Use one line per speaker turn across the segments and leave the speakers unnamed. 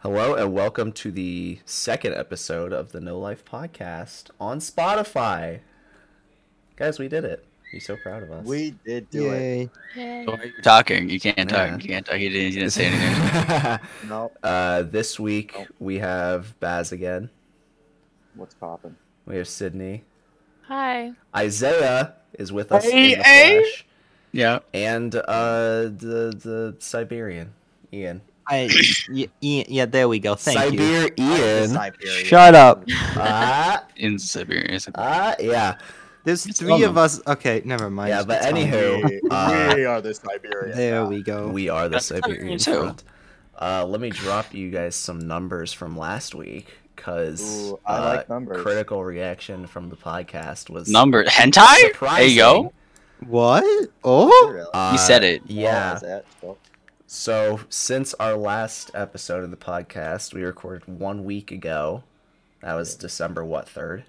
Hello and welcome to the second episode of the No Life Podcast on Spotify. Guys, we did it. You're so proud of us.
We did do it.
Yay.
Yay.
You're talking. You can't talk.
Yeah.
You can't talk. He didn't, he didn't say anything.
No,
uh, this week we have Baz again.
what's popping?
We have Sydney.
Hi.
Isaiah is with us in the
Hey, hey.
flesh,
yeah.
and uh, the the Siberian Ian.
I, yeah, yeah, there we go. Thank you.
Siberia Ian.
Siberia.
Shut up.
Ah,
In Siberia.
ah, yeah,
There's
It's
three of
normal.
us. Okay, never mind.
yeah. But
It's fine.
anywho, uh,
we are the Siberia.
there we go.
We are the
Oh, That's kinda
Siberian
weird, too.
front. Uh, let me drop you guys some numbers from last week because
Ooh, I like
uh,
numbers.
critical reaction from the podcast was
Number. Hentai? There
surprising.
you go.
what? Oh,
Really?
Uh,
You said it.
Well,
Yeah.
is that- well,
So since our last episode of the podcast, we recorded one week ago. That was December what third?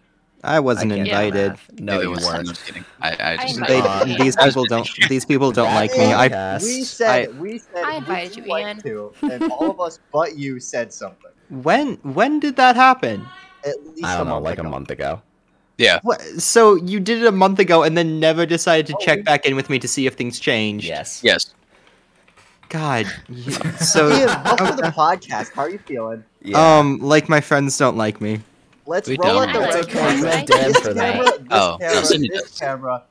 I wasn't
can't do
invited.
math. No,
Maybe
you
it was- I'm
weren't.
just kidding. I, I just.
invited
They,
Uh,
I
these
was
people don't. These people don't like me. I
Podcast.
We said we said
I
would
invited you,
like
Ian.
to, and all of us but you said something.
when when did that happen?
At least
I
a
don't know,
month
like a
ago.
month ago.
What? So you did it a month ago and then never decided to
Oh,
check
we-
back in with me to see if things changed.
Yes.
Yes.
God. you- so
Ian, welcome to the podcast. How are you feeling?
Uh,
Yeah.
um, like my friends don't like me.
Let's
We
roll
don't.
it the
That's
way we
okay, we
want
have
it.
Dan
This
for that.
camera, this
Oh,
camera,
Sydney
this
does.
camera.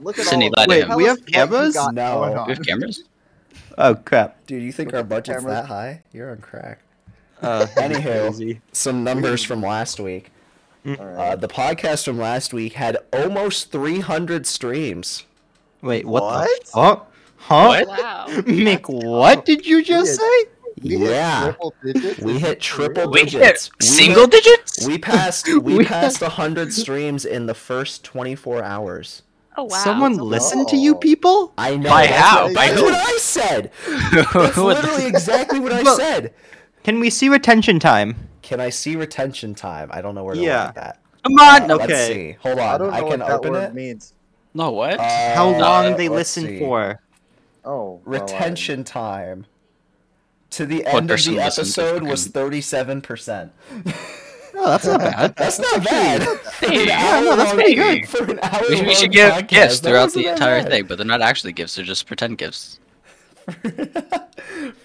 Look at
Sydney,
all of
lie
us.
to him.
Tell us
We have
what you
cameras?
got
No.
going on.
We have cameras?
Oh crap.
Dude, you think our budget's
cameras.
that high? You're on crack.
Uh,
Anywho.
crazy.
Some numbers from last week.
All
Uh,
right.
the podcast from last week had almost 300 streams.
Wait, what?
What?
The fuck? Huh?
Wow.
Mick, what did you just say?
We hit
Yeah,
triple digits?
we hit triple
We
digits.
hit single
hit-
digits?
We passed. We,
We-
passed 100 streams in the first 24 hours.
Oh wow.
Someone
That's a
listened
lot.
to you
lot.
people?
I know.
By
that's
how?
what-
By
that's
who?
what I said. That's literally exactly what I
Well-
said.
Can we see retention time?
Can I see retention time? I don't know where to
Yeah.
look at
Come on.
that.
No.
Let's
Okay.
see. Hold
I
on.
don't
I,
know
can
what that
open
word
it.
means.
No, what?
Uh,
How long they
let's
listen
see.
for?
Oh, well, I didn't-
Retention time to the end of
person
the
listens to
episode was
freaking-
37%.
No, that's not bad.
That's not bad. For an
Hey,
yeah,
hour
no, that's
long-
pretty good.
For an hour
We, we
long
should give
podcast,
gifts
that
throughout
wasn't
the
that
entire
bad.
thing, but they're not actually gifts. They're just pretend gifts.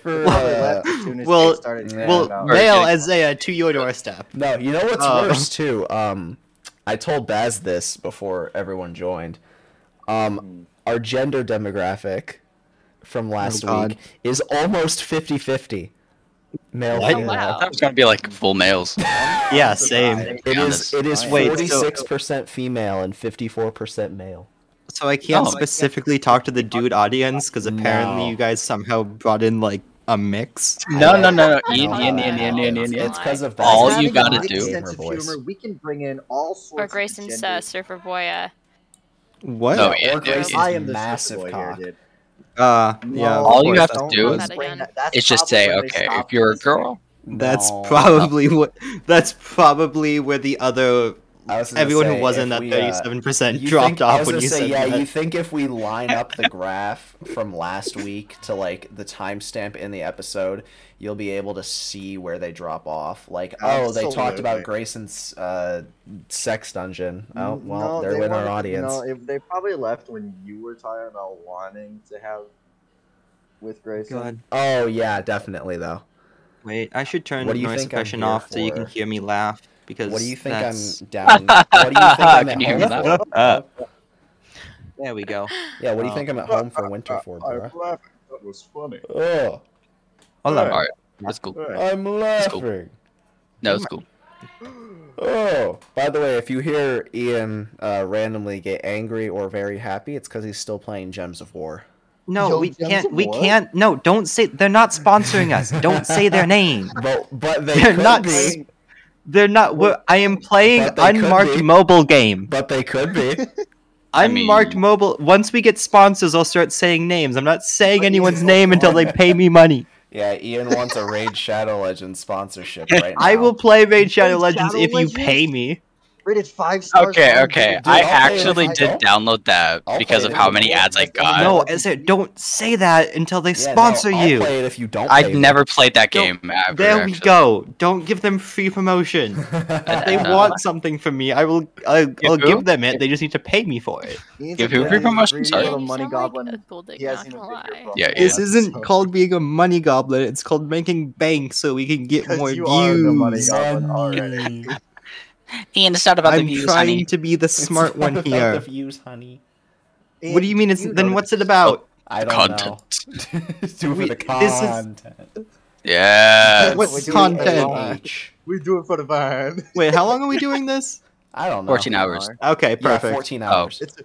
For,
Probably
uh,
left as soon as
well-
they started
Yeah,
Well,
no.
Or-
mail Isaiah uh, to your doorstep.
no, you know what's
Oh.
worse too? Um, I told Baz this before everyone joined. Um,
Hmm.
our gender demographic
Oh
from last
God.
week is almost 50 50. Male,
What?
Oh,
female.
wow.
I thought it was going to be like full males.
Yeah, same.
To be
It is
honest.
it is
Wait, so-
forty six percent female and fifty four percent male.
So I can't
No.
specifically talk to the dude audience because apparently
No.
you guys somehow brought in like a mix.
No, no, no, no.
I
Ian,
don't
Ian,
know.
Ian, Ian, Ian, Ian, Ian.
It's because of
All
Baz
Having
you
a
gotta
great
do-
sense of
Voice.
humor, we can bring in all sorts.
Or
of
Grayson's uh,
genders.
Surfer Boya.
What?
No,
Uh,
yeah, yeah,
Or Grayson's
yeah.
I am the
massive
massive boy
cock.
Here, dude.
yeah.
No,
of
All you
course,
have
that's
to
don't
do
explain
is- Not again.
that. That's
It's just say,
probably
okay,
stopped
if you're a
listening.
girl,
That's
No.
probably what. That's probably where the other
I was gonna
everyone who
say,
was in
if
that
we, uh,
thirty-seven percent
you
dropped
think- I
off
was
when
gonna
you
say,
said
yeah,
that.
you think if we line up the graph from last week to like the timestamp in the episode, you'll be able to see where they drop off. Like, oh, they talked
Absolutely.
about Grayson's uh, sex dungeon. Oh, well,
No,
they're
they
in our
weren't-
audience.
No, if they probably left when you were talking about wanting to have with Uh, Grayson.
God,
Oh yeah, definitely though.
wait! I should turn
What do you
noise
think I'm
suppression
here
off so you can
for?
hear me laugh because
What do you think
that's...
I'm down? What do you think I'm
Can
at
you hear
home
me
for?
laugh?
There we go.
Yeah, what do you
Oh.
think I'm at home for winter for,
I,
bro?
I'm laughing. That was funny.
Oh,
Hold on.
Alright.
that's cool.
Alright.
I'm
cool.
laughing.
No, it's cool.
Oh, by the way, if you hear Ian uh, randomly get angry or very happy, it's because he's still playing Gems of War.
No,
Yo,
we
Gems
can't.
of
We
War?
can't. No, don't say they're not sponsoring us. Don't say their name.
But but they
They're
could
not.
be.
s- They're not. We're, I am playing
But they could
unmarked
be.
mobile game.
But they could be.
I
Unmarked
mean-
mobile. Once we get sponsors, I'll start saying names. I'm not saying
But you
anyone's
don't
name until they pay me money.
yeah, Ian wants a Raid Shadow Legends sponsorship right now.
I will play Raid Shadow
Raid
Legends
Shadow
if you
Legends?
pay me.
rated five stars.
Okay,
on
okay.
Google.
I'll
I
pay it if
actually
I
did
don't.
download that
I'll
because
pay
of
it
how
if I
many
don't.
ads I
That's not-
got.
no, I said don't say that until they
Yeah, no,
sponsor
I'll
you.
play it if you don't.
I've
pay me.
never played that
Yo,
game. Ever,
There we
actually.
go. Don't give them free promotion. If they
Uh,
want something from me, I will. I'll, I'll
who?
give them it. They just need to pay me for it.
He needs
Give
to
who
get
free
a
promotion?
greedy
Sorry.
little
Man, you
money
sound
goblin.
Like a gold dick,
He
not
hasn't
gonna
even big your
lie.
problem.
Yeah, yeah.
This isn't
So-
called being a money goblin. It's called making bank so we can get
'Cause
more
you are the money
views.
goblin already.
And it's not about the
I'm
views,
trying
honey.
to be the smart
It's
one
about The
here.
views, honey.
What do you mean? It's then? What's it about?
I don't
Content.
know. Do it for
We-
the
this is-
content.
Yeah.
What
Wait, wait,
content?
Each.
We do it for the vine.
Wait, how long are we doing this?
I don't know.
14 hours.
Okay,
Yeah,
perfect.
14 hours.
It's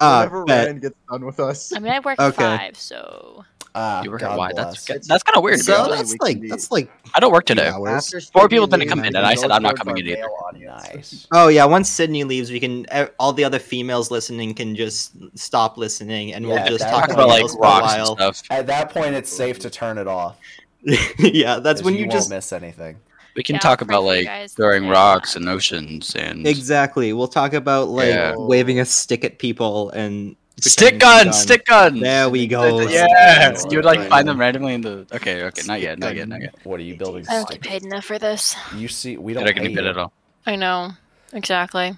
Uh,
whenever
bet.
Ryan gets done with us.
I mean, I worked
Okay.
five, so
Ah,
Oh, You were
God
why?
bless.
That's that's kind of weird. to be
bro.
So
honest.
that's
We can
like
be-
that's like
I don't work today.
hours.
More people didn't come
in,
and I said, I'm not coming in either.
nice.
Oh yeah, once Sydney leaves, we can e- all the other females listening can just stop listening, and
Yeah,
we'll just
that-
talk
Talk
about
about like
males for a
rocks and
while.
stuff.
At that point, it's safe to turn it off.
yeah, that's
'cause
when you,
won't
just
miss anything.
We can
Yeah,
talk
for
about
you
like
guys,
throwing
there's
rocks
that.
and oceans and
exactly. We'll talk about like
Yeah.
waving a stick at people and pretending
stick
to be
guns,
dumb.
stick guns.
There we go.
Yeah, you would like
Right.
find them randomly in the. Okay, okay, not yet, not yet, not yet.
What are you building?
I don't get paid enough for this.
You see, we
They're
don't.
not gonna
pay
get
you.
it all.
I know exactly.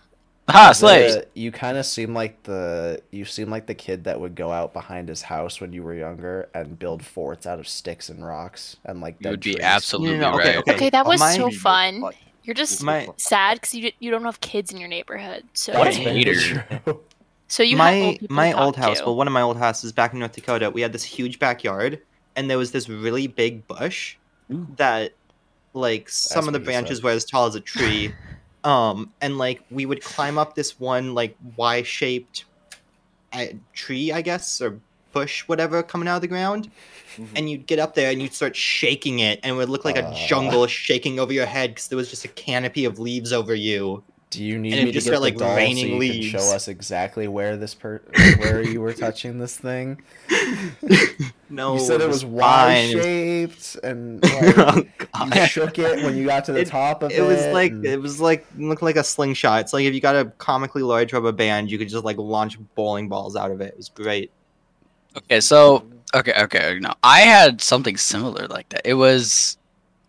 Ha, slaves.
The- you kind of seem like the you seem like the kid that would go out behind his house when you were younger and build forts out of sticks and rocks and like
You would
dead
be
trees.
absolutely
No, no, no, okay,
right.
okay.
Okay, that
on
was
Uh, my-
so fun. You're just
My-
sad because you d- you don't have kids in your neighborhood. So
What a
That's very
hater.
true.
so you have old
my
people to
my
talk
old house.
to.
Well, one of my old houses back in North Dakota, we had this huge backyard, and there was this really big bush
Ooh.
that, like, some
That's
of the
what he
branches
said.
were as tall as a tree. um, and like we would climb up this one like Y shaped uh, tree, I guess, or bush, whatever, coming out of the ground.
Mhm.
Mm-hmm.
And you'd get up there and you'd start shaking it, and it would look like a
Uh.
jungle shaking over your head because there was just a canopy of leaves over you.
Do you need
And it
me to
just
get
felt
the
like
doll so
raining
you can
leaves.
show us exactly where this per where you were touching this thing?
No,
you said it was
fine.
Y shaped and like,
oh
you
god.
shook it when you got to the
It-
top of it.
It was like
and-
it was like looked like a slingshot. It's like if you got a comically large rubber band, you could just like launch bowling balls out of it. It was great.
Okay, so okay, okay. No, I had something similar like that. It was,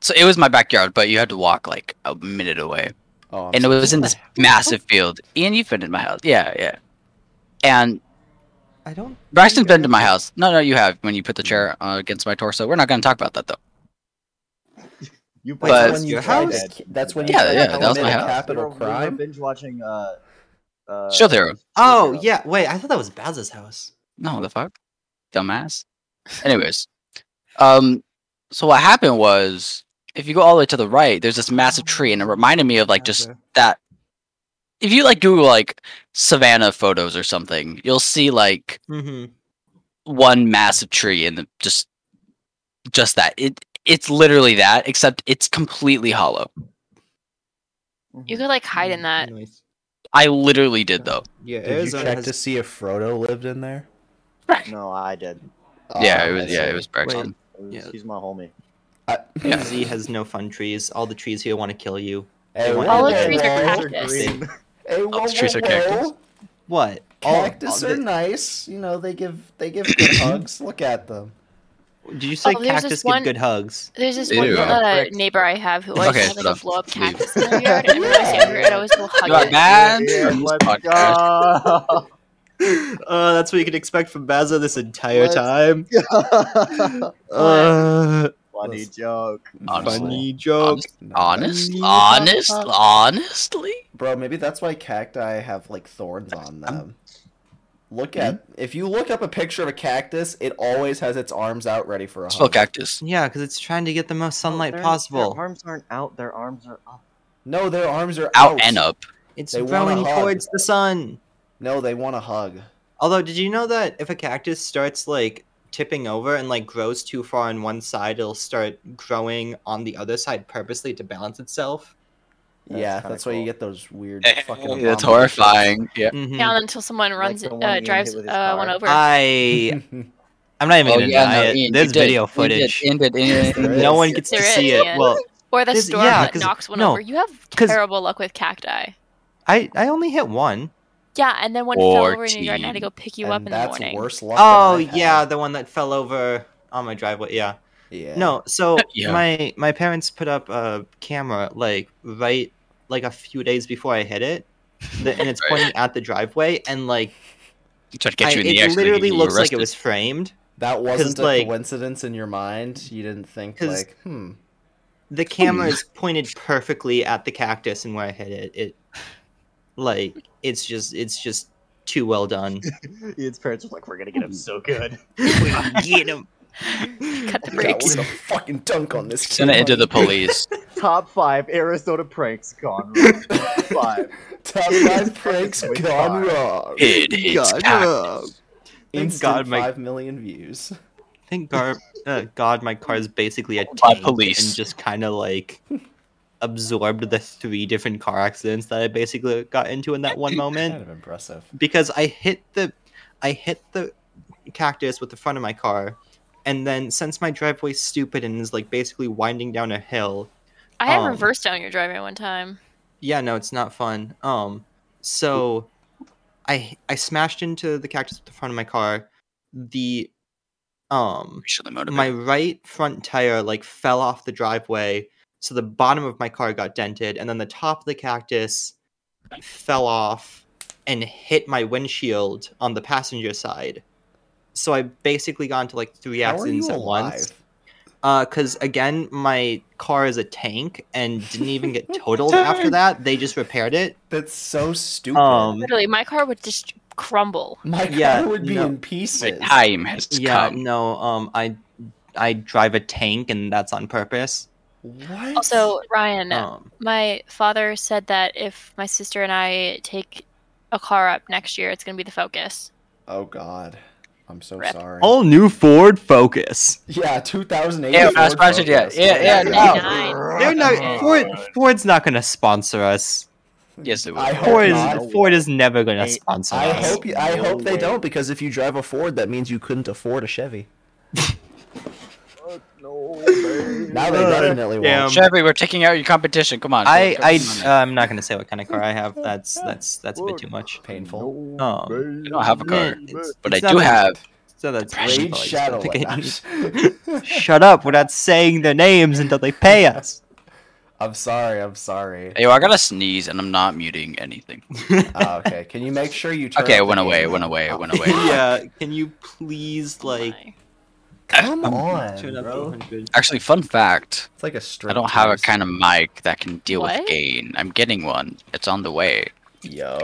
so it was my backyard, but you had to walk like a minute away,
oh, I'm
and it
sorry.
was in this massive field. Ian, you've been in my house, yeah, yeah. And
I don't.
Braxton's
think I
been to
ever-
my house. No, no, you have when you put the chair uh, against my torso. We're not going to talk about that though.
You
Wait,
But-
that's
played
that's
when
your
you tried
house?
to- that's when you
Yeah,
tried to
yeah, that was my
commit a
house.
capital crime.
binge watching uh, uh,
Shield Hero.
Oh yeah, wait. I thought that was Baz's house.
No, the fuck, dumbass. Anyways, um, so what happened was if you go all the way to the right, there's this massive tree, and it reminded me of like just
Okay.
that. If you like Google like Savannah photos or something, you'll see like
Mhm.
one massive tree and the, just just that. It it's literally that, except it's completely hollow.
you could like hide
Mm.
in that.
Mm-hmm. Anyways.
I literally did though.
Yeah,
Did you
Arizona
check
has.
to see if Frodo lived in there?
No, I did.
yeah,
Ah,
it was.
I see.
Yeah, it was Braxton.
It was-
Yeah.
He's my homie.
I-
Yeah.
Z has no fun trees. All the trees here want to kill you.
Hey,
All
whoa,
All
Olive
whoa,
the trees are
whoa.
cactus.
Green.
Hey, whoa,
Olive trees
whoa,
are cactus.
whoa.
What? All-
Cactus
all
are
the-
nice. You know they give they give good hugs. Look at them.
Did you say
Oh, there's this
cactus
one-
give good hugs?
There's this one
Ew.
uh, neighbor I have who always
Okay,
had like a
stop.
blow up
Leave.
cactus in their yard, and when I was younger, I'd always go
You are
hug it.
banned
Yeah,
from this
let's
podcast.
go.
Uh, that's what you could expect from Baza this entire
Let's-
time. Uh,
Funny joke.
Honestly.
funny joke.
Honest,
Funny
honest,
joke.
honestly.
Bro, maybe that's why cacti have like thorns on them. Look
Hmm?
at if you look up a picture of a cactus, it always has its arms out ready for a
Spell
hug.
cactus.
Yeah, because it's trying to get the most sunlight
Their- Their
possible.
arms aren't out. Their arms are up.
No, their arms are
Out and up.
It's
They want a
growing
hug.
towards the sun.
No, they want a hug.
Although, did you know that if a cactus starts like tipping over and like grows too far on one side, it'll start growing on the other side purposely to balance itself?
That's
yeah,
kinda
that's why you
cool.
get those weird fucking. abominations.
That's horrifying. Yeah.
Mhm.
Down until someone runs,
Hmm. the one
uh,
Ian
drives
hit with his
uh, one
car.
over.
I I'm not even
Oh
gonna
yeah,
deny
no,
it.
Ian,
There's
you did.
video
You
footage.
Did, Ian did, Ian did, Ian did.
no one gets to
There is,
see it.
Ian.
Well,
Or the
This-
storm
yeah,
that
'cause-
knocks one
no,
over. You have
'cause-
terrible luck with cacti.
I I only hit one.
Yeah, and then one fell over and your garden had to go pick you up
And
in the
that's
morning.
worse luck.
Oh
than I've
yeah,
had.
the one that fell over on my driveway. Yeah.
yeah.
No, so
Yeah.
my my parents put up a camera like right like a few days before I hit it, the, and it's
Right.
pointing at the driveway, and like
Trying to get
I-
you in the
it
accident.
literally
you were
looks like it
arrested.
was framed.
that wasn't a
like-
coincidence in your mind. You didn't think
'Cause-
like, hmm.
The camera is pointed perfectly at the cactus and where I hit it. It like it's just it's just too well done.
Ian's parents were like, "We're gonna get him so good."
Get him.
Cut the
God, we're
brakes.
gonna fucking dunk on this.
Send it
kid.
into the police.
Top five Arizona pranks gone wrong. Top five.
Top five pranks
With
gone
five.
wrong.
It is
God,
cactus.
uh, Thank
Instant
God my-
five million views.
Thank God, uh, God, my car is basically a
by
tank
police.
and just kind of like absorbed the three different car accidents that I basically got into in that one
Kind
moment
of impressive.
because I hit the, I hit the cactus with the front of my car, and then since my driveway's stupid and is like basically winding down a hill,
I had
Um,
reversed down your driveway one time.
yeah, no, it's not fun. Um, so I I smashed into the cactus with the front of my car. The um
Racially motivated.
my right front tire like fell off the driveway so the bottom of my car got dented and then the top of the cactus fell off and hit my windshield on the passenger side so i basically got into like three
How are you
accidents at once
alive?
because again my car is a tank and didn't even get totaled after that they just repaired it
That's so stupid.
um
Literally, my car would just crumble.
My car
yeah,
would be
no.
in
My
pieces.
time has
yeah
come.
no um i i drive a tank and that's on purpose
What?
Also, Ryan,
um
my father said that if my sister and I take a car up next year, it's going to be the Focus.
oh god, I'm so
Rip.
sorry.
all new ford focus
yeah, 2008.
Yeah,
Ford
I was about to- yeah,
Focus.
yeah, yeah,
no.
Oh,
They're
Oh.
not Ford. Ford's not going to sponsor us.
Yes, it
I
was.
hope
Ford
not.
is Ford is never going to
Hey,
sponsor
I
us.
hope you, I
No
hope they
way.
don't because if you drive a Ford, that means you couldn't afford a Chevy.
Fuck no, babe.
Now they
Uh,
definitely
damn.
won't.
Chevy, we're taking out your competition. Come on.
I
come
I uh,
on.
I'm not going to say what kind of car I have. That's that's that's a bit too much.
Painful.
No,
Um,
babe.
Oh. I don't have a car,
It's-
but I
it's not
do
a-
have.
So that's
Raid
that's
Shadow.
okay.
Lash.
Shut up! We're not saying their names until they pay us.
I'm sorry. I'm sorry.
Yo, I gotta sneeze, and I'm not muting anything.
Oh, okay. Can you make sure you turn up
Okay, it went
the
away. It
game?
went away. It went away.
yeah, uh, can you please
Oh
like uh,
Come
Um,
on,
turn up to
bro.
100?
Actually, fun fact:
It's like a strip.
I don't have a
tease.
kind of mic that can deal
What?
with gain. I'm getting one. It's on the way.
Yo.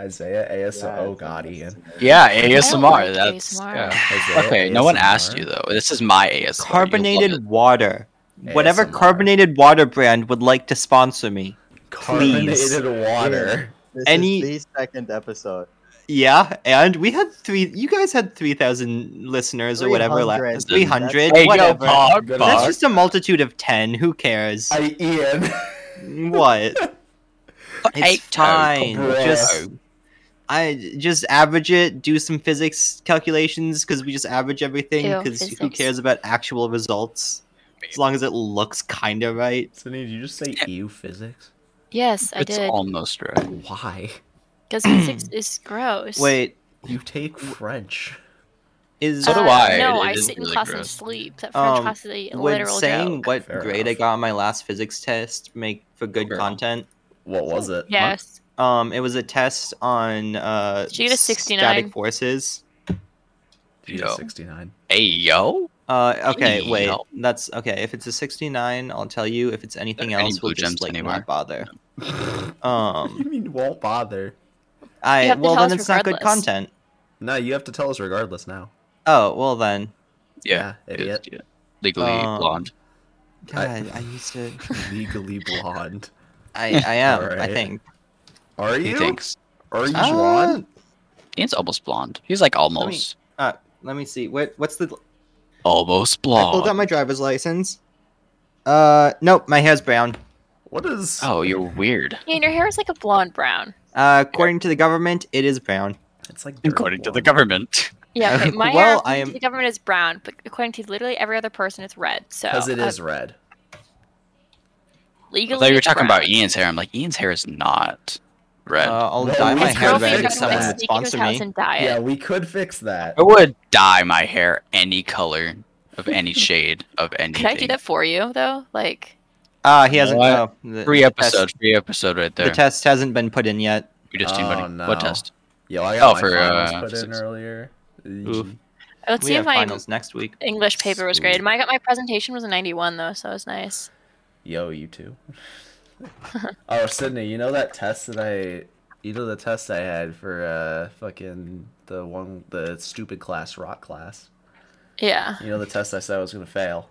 Isaiah ASO.
Yeah,
oh
it's
God,
like-
Ian.
Yeah, ASMR.
Oh, like
that's
ASMR.
yeah.
Isaiah
okay. No one
ASMR.
asked you though. This is my ASMR. You'll love it.
Carbonated water. Whatever
ASMR.
carbonated water brand would like to sponsor me. Please.
Carbonated water.
This
Any-
is the second episode.
Yeah, and we had three. You guys had three thousand listeners or whatever
300.
last. Three hundred,
Hey, yo,
whatever.
Pog,
That's
That's
Pog.
just a multitude of ten. Who cares?
I Ian.
what?
Eight
It's fine.
bro.
Just I just average it. Do some physics calculations because we just average everything.
Ew,
Because who
physics.
cares about actual results? As long as it looks kind of right.
Sydney, did you just say EU physics?
Yes, I
It's
did.
almost right.
Why?
Because physics is gross.
Wait,
You take French.
is
So do
Uh,
I.
No,
It
I
is
sit in
really
class and
gross.
sleep. That French
Um,
class is a
would
literal
saying
joke.
what
Fair
grade I
enough.
got on my last physics test make for good
Fair.
content?
What was it?
Yes.
Um, it was a test on uh
Did you get a 69?
static forces.
E
Yo.
69.
Hey yo.
Uh, okay, wait,
Yo.
that's okay. If it's a sixty-nine, I'll tell you. If it's anything
Are there any
else,
blue
we'll just
gems
like
anywhere?
not bother.
you
Um,
mean won't bother?
You
I
have to
well
tell
then
us
it's not good
regardless.
content.
No, you have to tell us regardless now.
Oh well then.
Yeah.
Yeah,
it is,
idiot.
yeah. Legally
Um,
blonde.
I-
God, I, used to.
Legally blonde.
I I am. I
Alright.
think.
Are
He
you?
thinks.
Are you
Uh,
blonde?
Ian's almost blonde. He's like almost,
Uh, let me see. What what's the?
almost
I pulled out
blonde.
my driver's license. Uh, nope, my hair's brown.
What is?
Oh, you're weird.
Yeah, and your hair is like a blonde brown.
Uh, according to the government, it is brown.
It's like dirt
According to the
blonde.
government.
Yeah, okay.
Uh,
My hair
well,
according
I am-
to the government is brown, but according to literally every other person, it's red. So
Because it
uh,
is red.
I
legally.
thought you were talking about
correct.
Ian's hair. I'm like, Ian's hair is not red.
Uh, I'll
No,
dye
we
my
can
hair
go
red
figure out
if someone
what's
would
the
sponsor me.
Yeah, we could fix that.
I would dye my hair any color of any shade of any.
Can I do that for you though? Like,
Ah, he hasn't.
What?
No, the,
Free
the test-
episode, free episode right
The
there.
test hasn't been put in yet.
you just team
Oh,
buddy.
no.
What test?
Yo, I got
Oh,
my
for,
finals
uh,
put in
six.
earlier.
Oof.
let's
we
see
have
if my
finals next week.
English paper was graded. My my presentation was a 91 though, so it was nice.
Yo, you too. oh, Sydney, you know that test that I, you know the test I had for uh fucking the one the stupid class rock class.
Yeah,
You know the test I said I was gonna fail.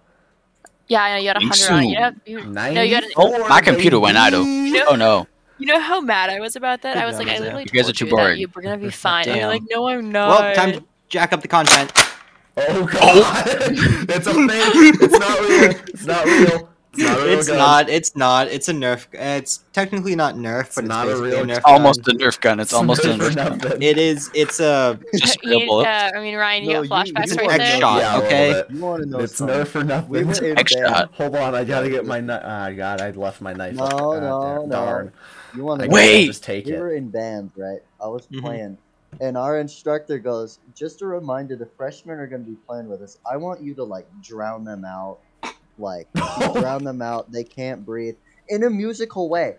yeah. I know you got a
Think
100 on. it. You
so.
know, you, no, you got. an-
Oh, my computer went idle.
know-
Oh no!
You know how mad I was about that?
Good
I was
job,
like, I
Isaiah.
literally
You guys are
told
too
that
boring.
You're gonna be fine. And you're like, no, I'm not.
Well, time to jack up the content.
Oh god, it's a thing. It's not real. It's not real. It's not a real.
It's
gun.
not. It's not. It's a Nerf. uh, It's technically not Nerf,
It's
but it's
not a
basically
real-
Nerf. gun.
Almost a Nerf gun. It's almost a Nerf gun.
nothing.
It is. It's a.
Just
You-
real bullets.
uh, I mean, Ryan, you
No,
got
you-
flashbacks
you
right
are
there.
shot.
Yeah, a little
okay?
bit.
You want to know
It's
something.
nerf for nothing.
We were in
Extra
band.
hot.
Hold on, I gotta get my knife. Ah, God, I left my knife.
No,
up. God,
no, no.
Darn.
You
I
want to
guess I'll
know Mm-hmm.
Wait!
Just take
We
it.
were in band, right? I was
Mhm.
playing, and our instructor goes, "Just a reminder: the freshmen are going to be playing with us. I want you to like drown them out, like you
Oh,
drown them out. They can't breathe in a musical way.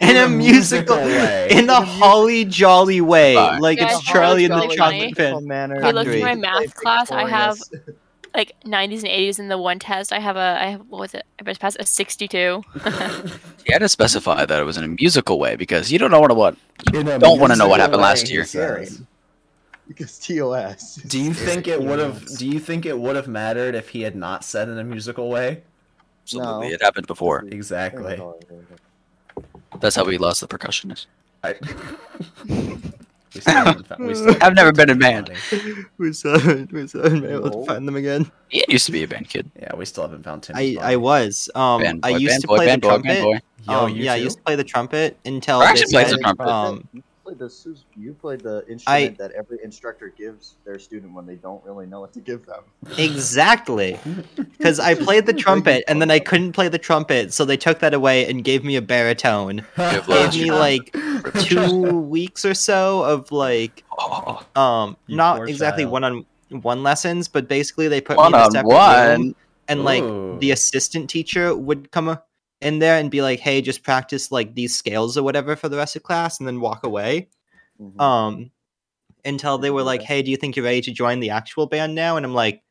In a musical.
way.
In
In
the
a mu-
holly jolly way,
Bye.
like
Yeah,
it's
Holly
Charlie and the
Jolly
Chocolate
Musical
Pin.
manner.
Hey, look, in my
Play
math class, I have-
Victorious.
Like 90s and 80s in the one test. I have a, I have what was it? I just passed a 62.
You had to specify that it was in a musical way because you don't know what what.
In a
Don't wanna know what
musical
happened
way,
last
he
year.
says.
because TOS.
Do you think it would have? Do you think it would have mattered if he had not said in a musical way?
Absolutely,
No.
it happened before.
Exactly.
Oh,
That's how we lost the percussionist.
I... we still haven't found- we still haven't
I've never
found
been in
the
band.
body.
We said. We said. Able to
No.
find them again.
Ian used to be a band kid.
Yeah, we still haven't found Tim.
I I was. Um.
Band
I
boy,
used
band
to
boy,
play the
band boy, band
trumpet.
boy.
Yo,
um,
you
yeah, I
too?
used to play the trumpet until
I
they
actually plays
said,
the trumpet.
Um,
you played the sus- you played the instrument that every instructor gives their student when they don't really know what to give them.
exactly, because I played the
Like you
trumpet and then I
fucked up.
couldn't play the trumpet, so they took that away and gave me a baritone.
Give
Gave
Bless
me
you.
like two weeks or so of like,
Oh,
um,
You
not
poor
exactly
child.
one on one lessons, but basically they put
one
me in a
on
separate room
one.
and like
Ooh.
the assistant teacher would come uh, in there and be like, "Hey, just practice like these scales or whatever for the rest of class," and then walk away.
Mm-hmm.
Mhm.
um until they were like
Yeah.
hey do you think you're ready to join the actual band now and i'm like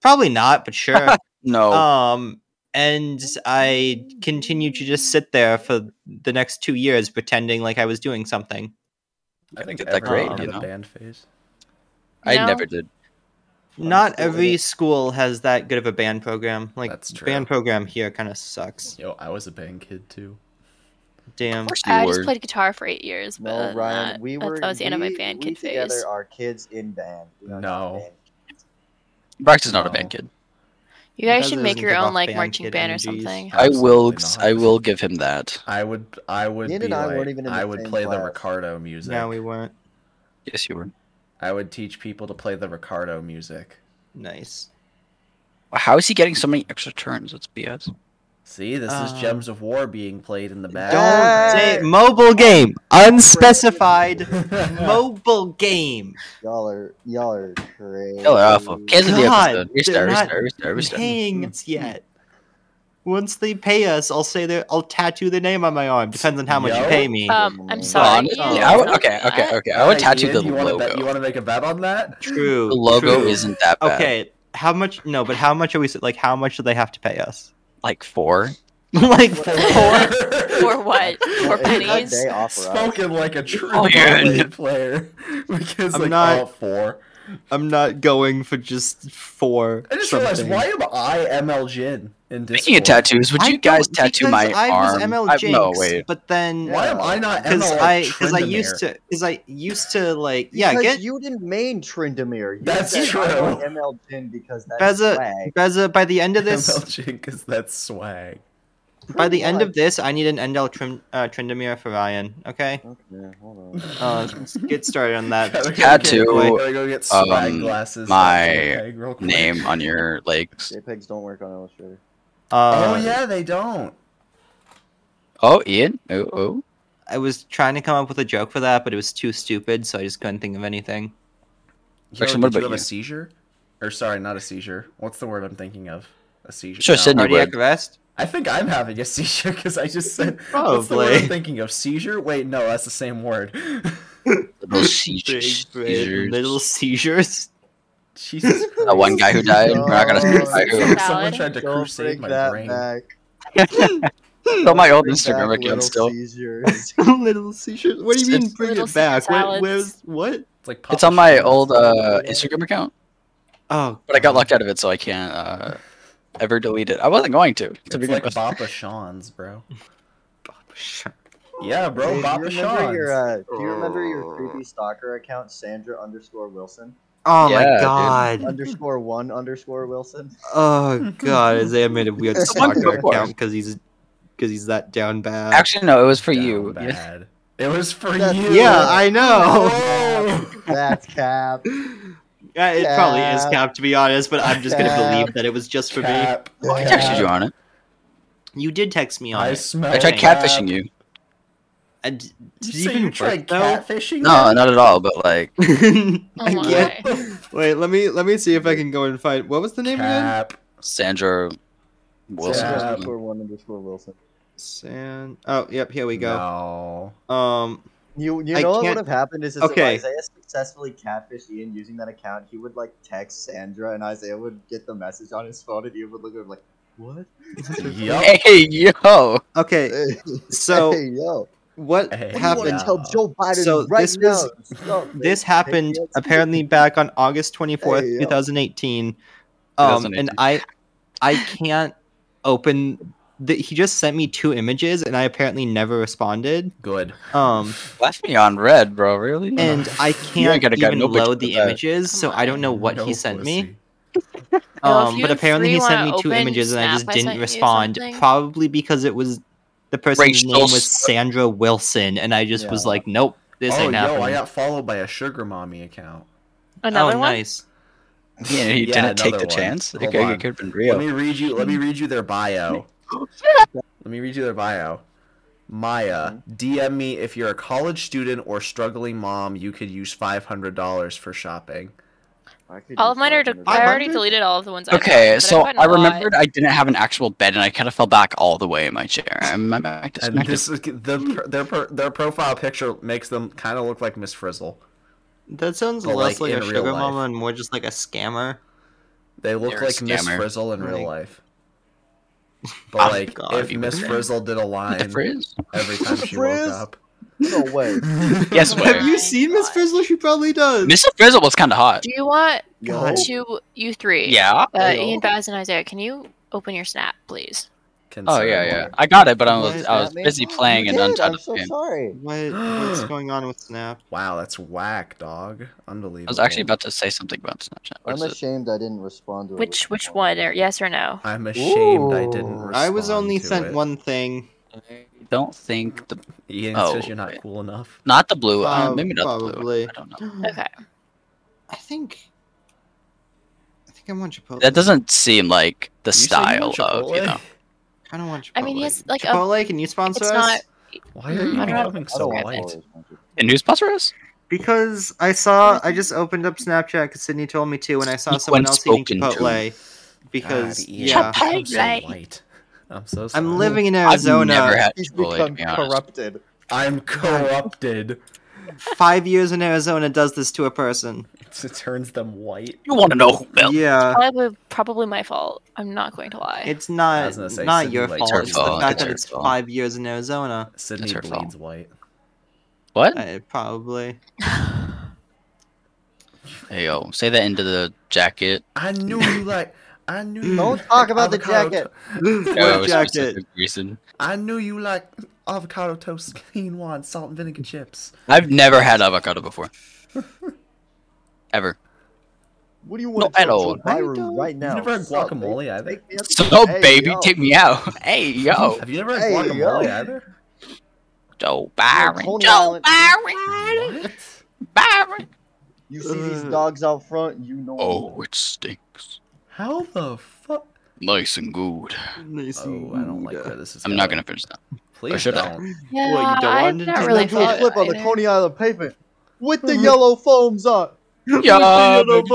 probably not but sure
Oh.
No.
um and i continued to just sit there for the next two years pretending like i was doing something
I think
everyone
that's great,
had
you
a
know?
Band phase.
I
No.
never did.
not
still in
every
it.
school has that good of a band program like
That's true.
band program here kind of sucks
Yo, I was a band kid too.
damn
you
I
were.
just played guitar for eight years. But other
No,
than
Ryan,
Uh, that,
we
that's-
were
that was the end of my
we-
band
we
kid
together
phase.
are kids in band. We
No.
are not band.
Brax is not a
No.
band kid.
You guys
Because
should
it
make
doesn't
your
give
own
off
like
band
marching
kid
band
energies.
or something.
I will.
Absolutely
I
not.
will give him that.
I would. I would
Ian
be
and I
like.
weren't even in the
I would
same
play the
class.
Ricardo music.
no we weren't
Yes, you were.
I would teach people to play the Ricardo music.
nice
How is he getting so many extra turns? That's BS.
See, this is
Uh,
Gems of War being played in the
don't
background.
say
Hey!
mobile game unspecified mobile game
Y'all are y'all are crazy.
Y'all are awful. Cancel the
Oh God,
episode. Restart.
they're not
Restart. Restart. Restart.
paying us yet. Once they pay us, I'll say that I'll tattoo the name on my arm. Depends on how much you
Yo.
pay me.
Um, I'm
Go
sorry.
Ron,
Ian,
yeah, I would-
don't
okay,
do
okay,
that.
okay. I would
Hey,
tattoo
Ian,
the
you
logo.
Want to bet, you want to make a bet on that?
true.
The logo
true.
isn't that bad.
okay. How much? No, but how much are we? Like, how much do they have to pay us?
Like four.
like
Whatever.
four?
For
Well,
what? For
it's not
pennies?
They offer us.
Spoken like a true
Oh, man.
Broadway player. Because
I'm
like
not-
all four.
I'm not going for just four.
I just
something.
realized why am I ML Jin in Discord?
Speaking of tattoos, would
I
you guys
don't-
tattoo
because
my
I
arm?
Was ML
I-
Jinx,
no, wait.
But then,
Why am I not ML?
because I because I used to because I used to like yeah
because
get
you didn't main Trindamir. You
That's
said, I
true.
want ML Jin because that's
Beza-
swag.
Beza by the end of this
ML Jin because that's swag.
By the
Pretty
end of
much.
this, I need an Endel Trim, uh, Trindamir for Ryan. Okay,
Okay, hold on.
uh, let's get started on that.
Gotta go
Tattoo,
get- gotta go get swag
um,
glasses.
my
Okay, real quick.
Name on your legs.
JPEGs don't work on Illustrator.
Uh,
oh yeah, they don't.
Oh, Ian. Oh, oh.
I was trying to come up with a joke for that, but it was too stupid, so I just couldn't think of anything.
Yo,
Actually, what
did you
about
have a
you?
seizure? Or sorry, not a seizure. What's the word I'm thinking of? A seizure.
Sure, Sydney.
Cardiac
word.
arrest?
I think I'm having a seizure because I just said. What's the word I'm
Probably.
thinking of seizure. Wait, no, that's the same word.
Oh,
Little
Big,
seizures.
big, little
seizures.
seizures.
Jesus. Christ.
That one guy who died. We're not gonna specify
Oh,
who.
Someone
Salad.
tried to
Don't
crusade
bring
my
that
brain.
back.
So my old
Bring back
Instagram
little
account still.
seizures.
little seizures? What do you mean,
It's-
bring
Little
it back? Where,
salads.
where's what?
It's like
It's
Papa
on my
John's.
old uh,
Right.
Instagram account,
Oh,
but I got
God.
locked out of it, so I can't uh, ever delete it. I wasn't going to.
It's
to begin
like
with.
Papa Sean's, bro.
Sure.
Yeah,
Hey,
bro,
do
Papa
you remember
Sean's.
your uh, Do you remember your creepy stalker account, Sandra underscore Wilson
Oh
Yeah,
my
dude.
god.
underscore one underscore Wilson?
Oh god, Isaiah made a weird
The one
stalker
before.
account because he's because he's that down bad.
Actually, no, it was for
Down
you.
Bad. It was for
That's-
you.
yeah, I
Oh.
know.
Cap. That's cap.
Yeah, it probably is
Cap.
Cap to be honest, but I'm just gonna
Cap.
believe that it was just for
Cap.
Well, I texted you on it.
me. You did text me on
I
it.
smell.
I tried
cap.
catfishing you.
And d-
Did
did
you
it
say you
even
tried
work though?
catfishing?
No, not at all. But like,
Oh
I
my.
can't- Wait, let me let me see if I can go and find what was the name again?
Cap.
Sandra Wilson.
Sandra
Yeah.
underscore one underscore Wilson.
San. Oh, yep. Here we go.
No.
Um.
You you
I
know what would
can't-
have happened is, is
Okay.
if Isaiah successfully catfished Ian using that account, he would like text Sandra, and Isaiah would get the message on his phone, and Ian would look at him like, "What?"
Yup.
Hey yo,
Okay.
Hey,
So
hey, yo,
what
Hey,
happened.
yeah.
happened?
to tell Joe Biden
So
right
this
now?
was-
Stop it.
This happened
Patriots.
apparently back on August twenty fourth,
Hey, yo.
two thousand eighteen. Um, and
2018.
I, I can't open. The, he just sent me two images, and I apparently never responded.
Good.
Um,
left me on red, bro. Really?
and I can't
gotta get
even
no picture
load the
of that.
images, so
Come
I don't know what
No
he sent me.
pussy.
Well, if
Um,
you
but apparently he
free
sent
wanna
me two
open
images and I
Snap,
just
I
didn't
sent you
respond.
something.
Probably because it was the person's
Rachel's-
name was Sandra Wilson, and I just was
Yeah.
like, nope, this
Oh,
ain't
yo,
happening.
I got followed by a sugar mommy account.
Another
oh,
one.
nice.
Yeah, he didn't take the
another one.
chance. It
Hold
could,
on.
it could have been
Let
real.
me read you. Let me read you their bio. Let me read you their bio. Maya, DM me if you're a college student or struggling mom. You could use five hundred dollars for shopping.
I could
All
use
of mine are.
that
De- I already
500?
deleted all of the ones. I
Okay,
posted,
so
but I've gotten
I
a lot.
remembered I didn't have an actual bed, and I kind of fell back all the way in my chair. I'm, I'm back to
And this is the their per- their profile picture makes them kind of look like Miss Frizzle.
That sounds
But,
less
like,
like,
in
a
real
sugar
life.
mama and more just like a scammer.
They look
You're a
like Miss
scammer.
Frizzle in real
Like-
life.
Oh,
But like,
God,
if
you
Miss
would-
Frizzle did a
What the
line
frizz?
every time she woke
Frizz?
up.
No way.
Yes,
Have
where?
you- seen Miss
Frizzle? She probably does.
Miss Frizzle was kind of hot.
Do you want
God.
to you three?
Yeah.
Uh,
Oh. Hey, oh. yo.
Ian, Baz, and Isaiah, can you open your Snap, please?
Oh
Consider
yeah,
more.
yeah. I got it, but I was
Guys,
I was
that made-
busy playing
You
an
did,
Uncharted
I'm so
game.
sorry.
What, what's going on with Snap?
Wow, that's whack, dog. Unbelievable.
I was actually about to say something about Snapchat. What
I'm
is it?
ashamed I didn't respond to it.
Which which one? Or yes or no?
I'm ashamed I didn't
Ooh,
respond.
I was only
to
sent
it.
one thing.
I don't think the
Ian
Oh,
says you're not
wait.
cool enough.
not the blue. Uh,
Um,
maybe not the blue.
probably.
I don't know.
Okay.
I think. I think I want Chipotle.
That doesn't seem like the
You said you
style
want
of you
Chipotle?
know.
I don't want Chipotle.
I mean,
Oh,
he has like a.
Chipotle, can you sponsor
It's
us?
not.
Why are you
Mm, I don't
Mm-hmm.
know.
becoming
Oh,
so
want
white?
followers, thank you.
And who sponsor us?
Because I saw, I just opened up Snapchat because Sydney told me to, and I saw
Speak
someone
when
else eating
spoken to.
Chipotle. Because
God, Ian,
yeah,
you become so
Chipotle.
white. I'm so sorry.
I'm living in
I've never
Arizona.
had
He's
Chipotle. To
become
be honest.
corrupted.
I'm corrupted.
Five years in Arizona does this to a person.
It turns them white.
You want to know who built?
Yeah,
Probably, probably my fault. I'm not going to lie.
it's
I
not
was gonna say,
not
Sydney
your
likes
fault.
her
It's the
fault,
fact
it's
that
her
it's
fault.
five years in Arizona.
Sydney
her fault.
bleeds white.
What?
Uh, probably.
Hey yo, say that into the jacket.
I knew you like. I knew. you
Don't
like
talk about the
avocado
jacket.
No
Flip jacket.
specific reason.
I knew you like avocado toast, quinoa, and salt and vinegar chips.
I've never had avocado before. Ever.
What do you want
Not at
to tell
all.
Joe
I
Biden
don't-
right now?
You've never had
Sup, baby?
guacamole either.
Take me up
So
to the- Hey,
baby,
yo.
take me out. Hey yo,
Have you never had
Hey,
guacamole
yo.
either?
Joe Byron.
Coney
Joe
Island.
Byron.
What?
Byron.
You see these
Ugh.
dogs out front, you know.
Oh, it stinks.
How the fuck?
Nice and good.
Oh, I don't like where this is.
I'm not
going.
gonna finish that.
Please
should I?
don't.
Yeah,
Well, you don't
I'm
want to
not
And
really Mm-hmm.
then do a
fan
flip
of
on the
either.
Coney Island pavement with the
Mhm.
yellow foams on.
Yeah, baby.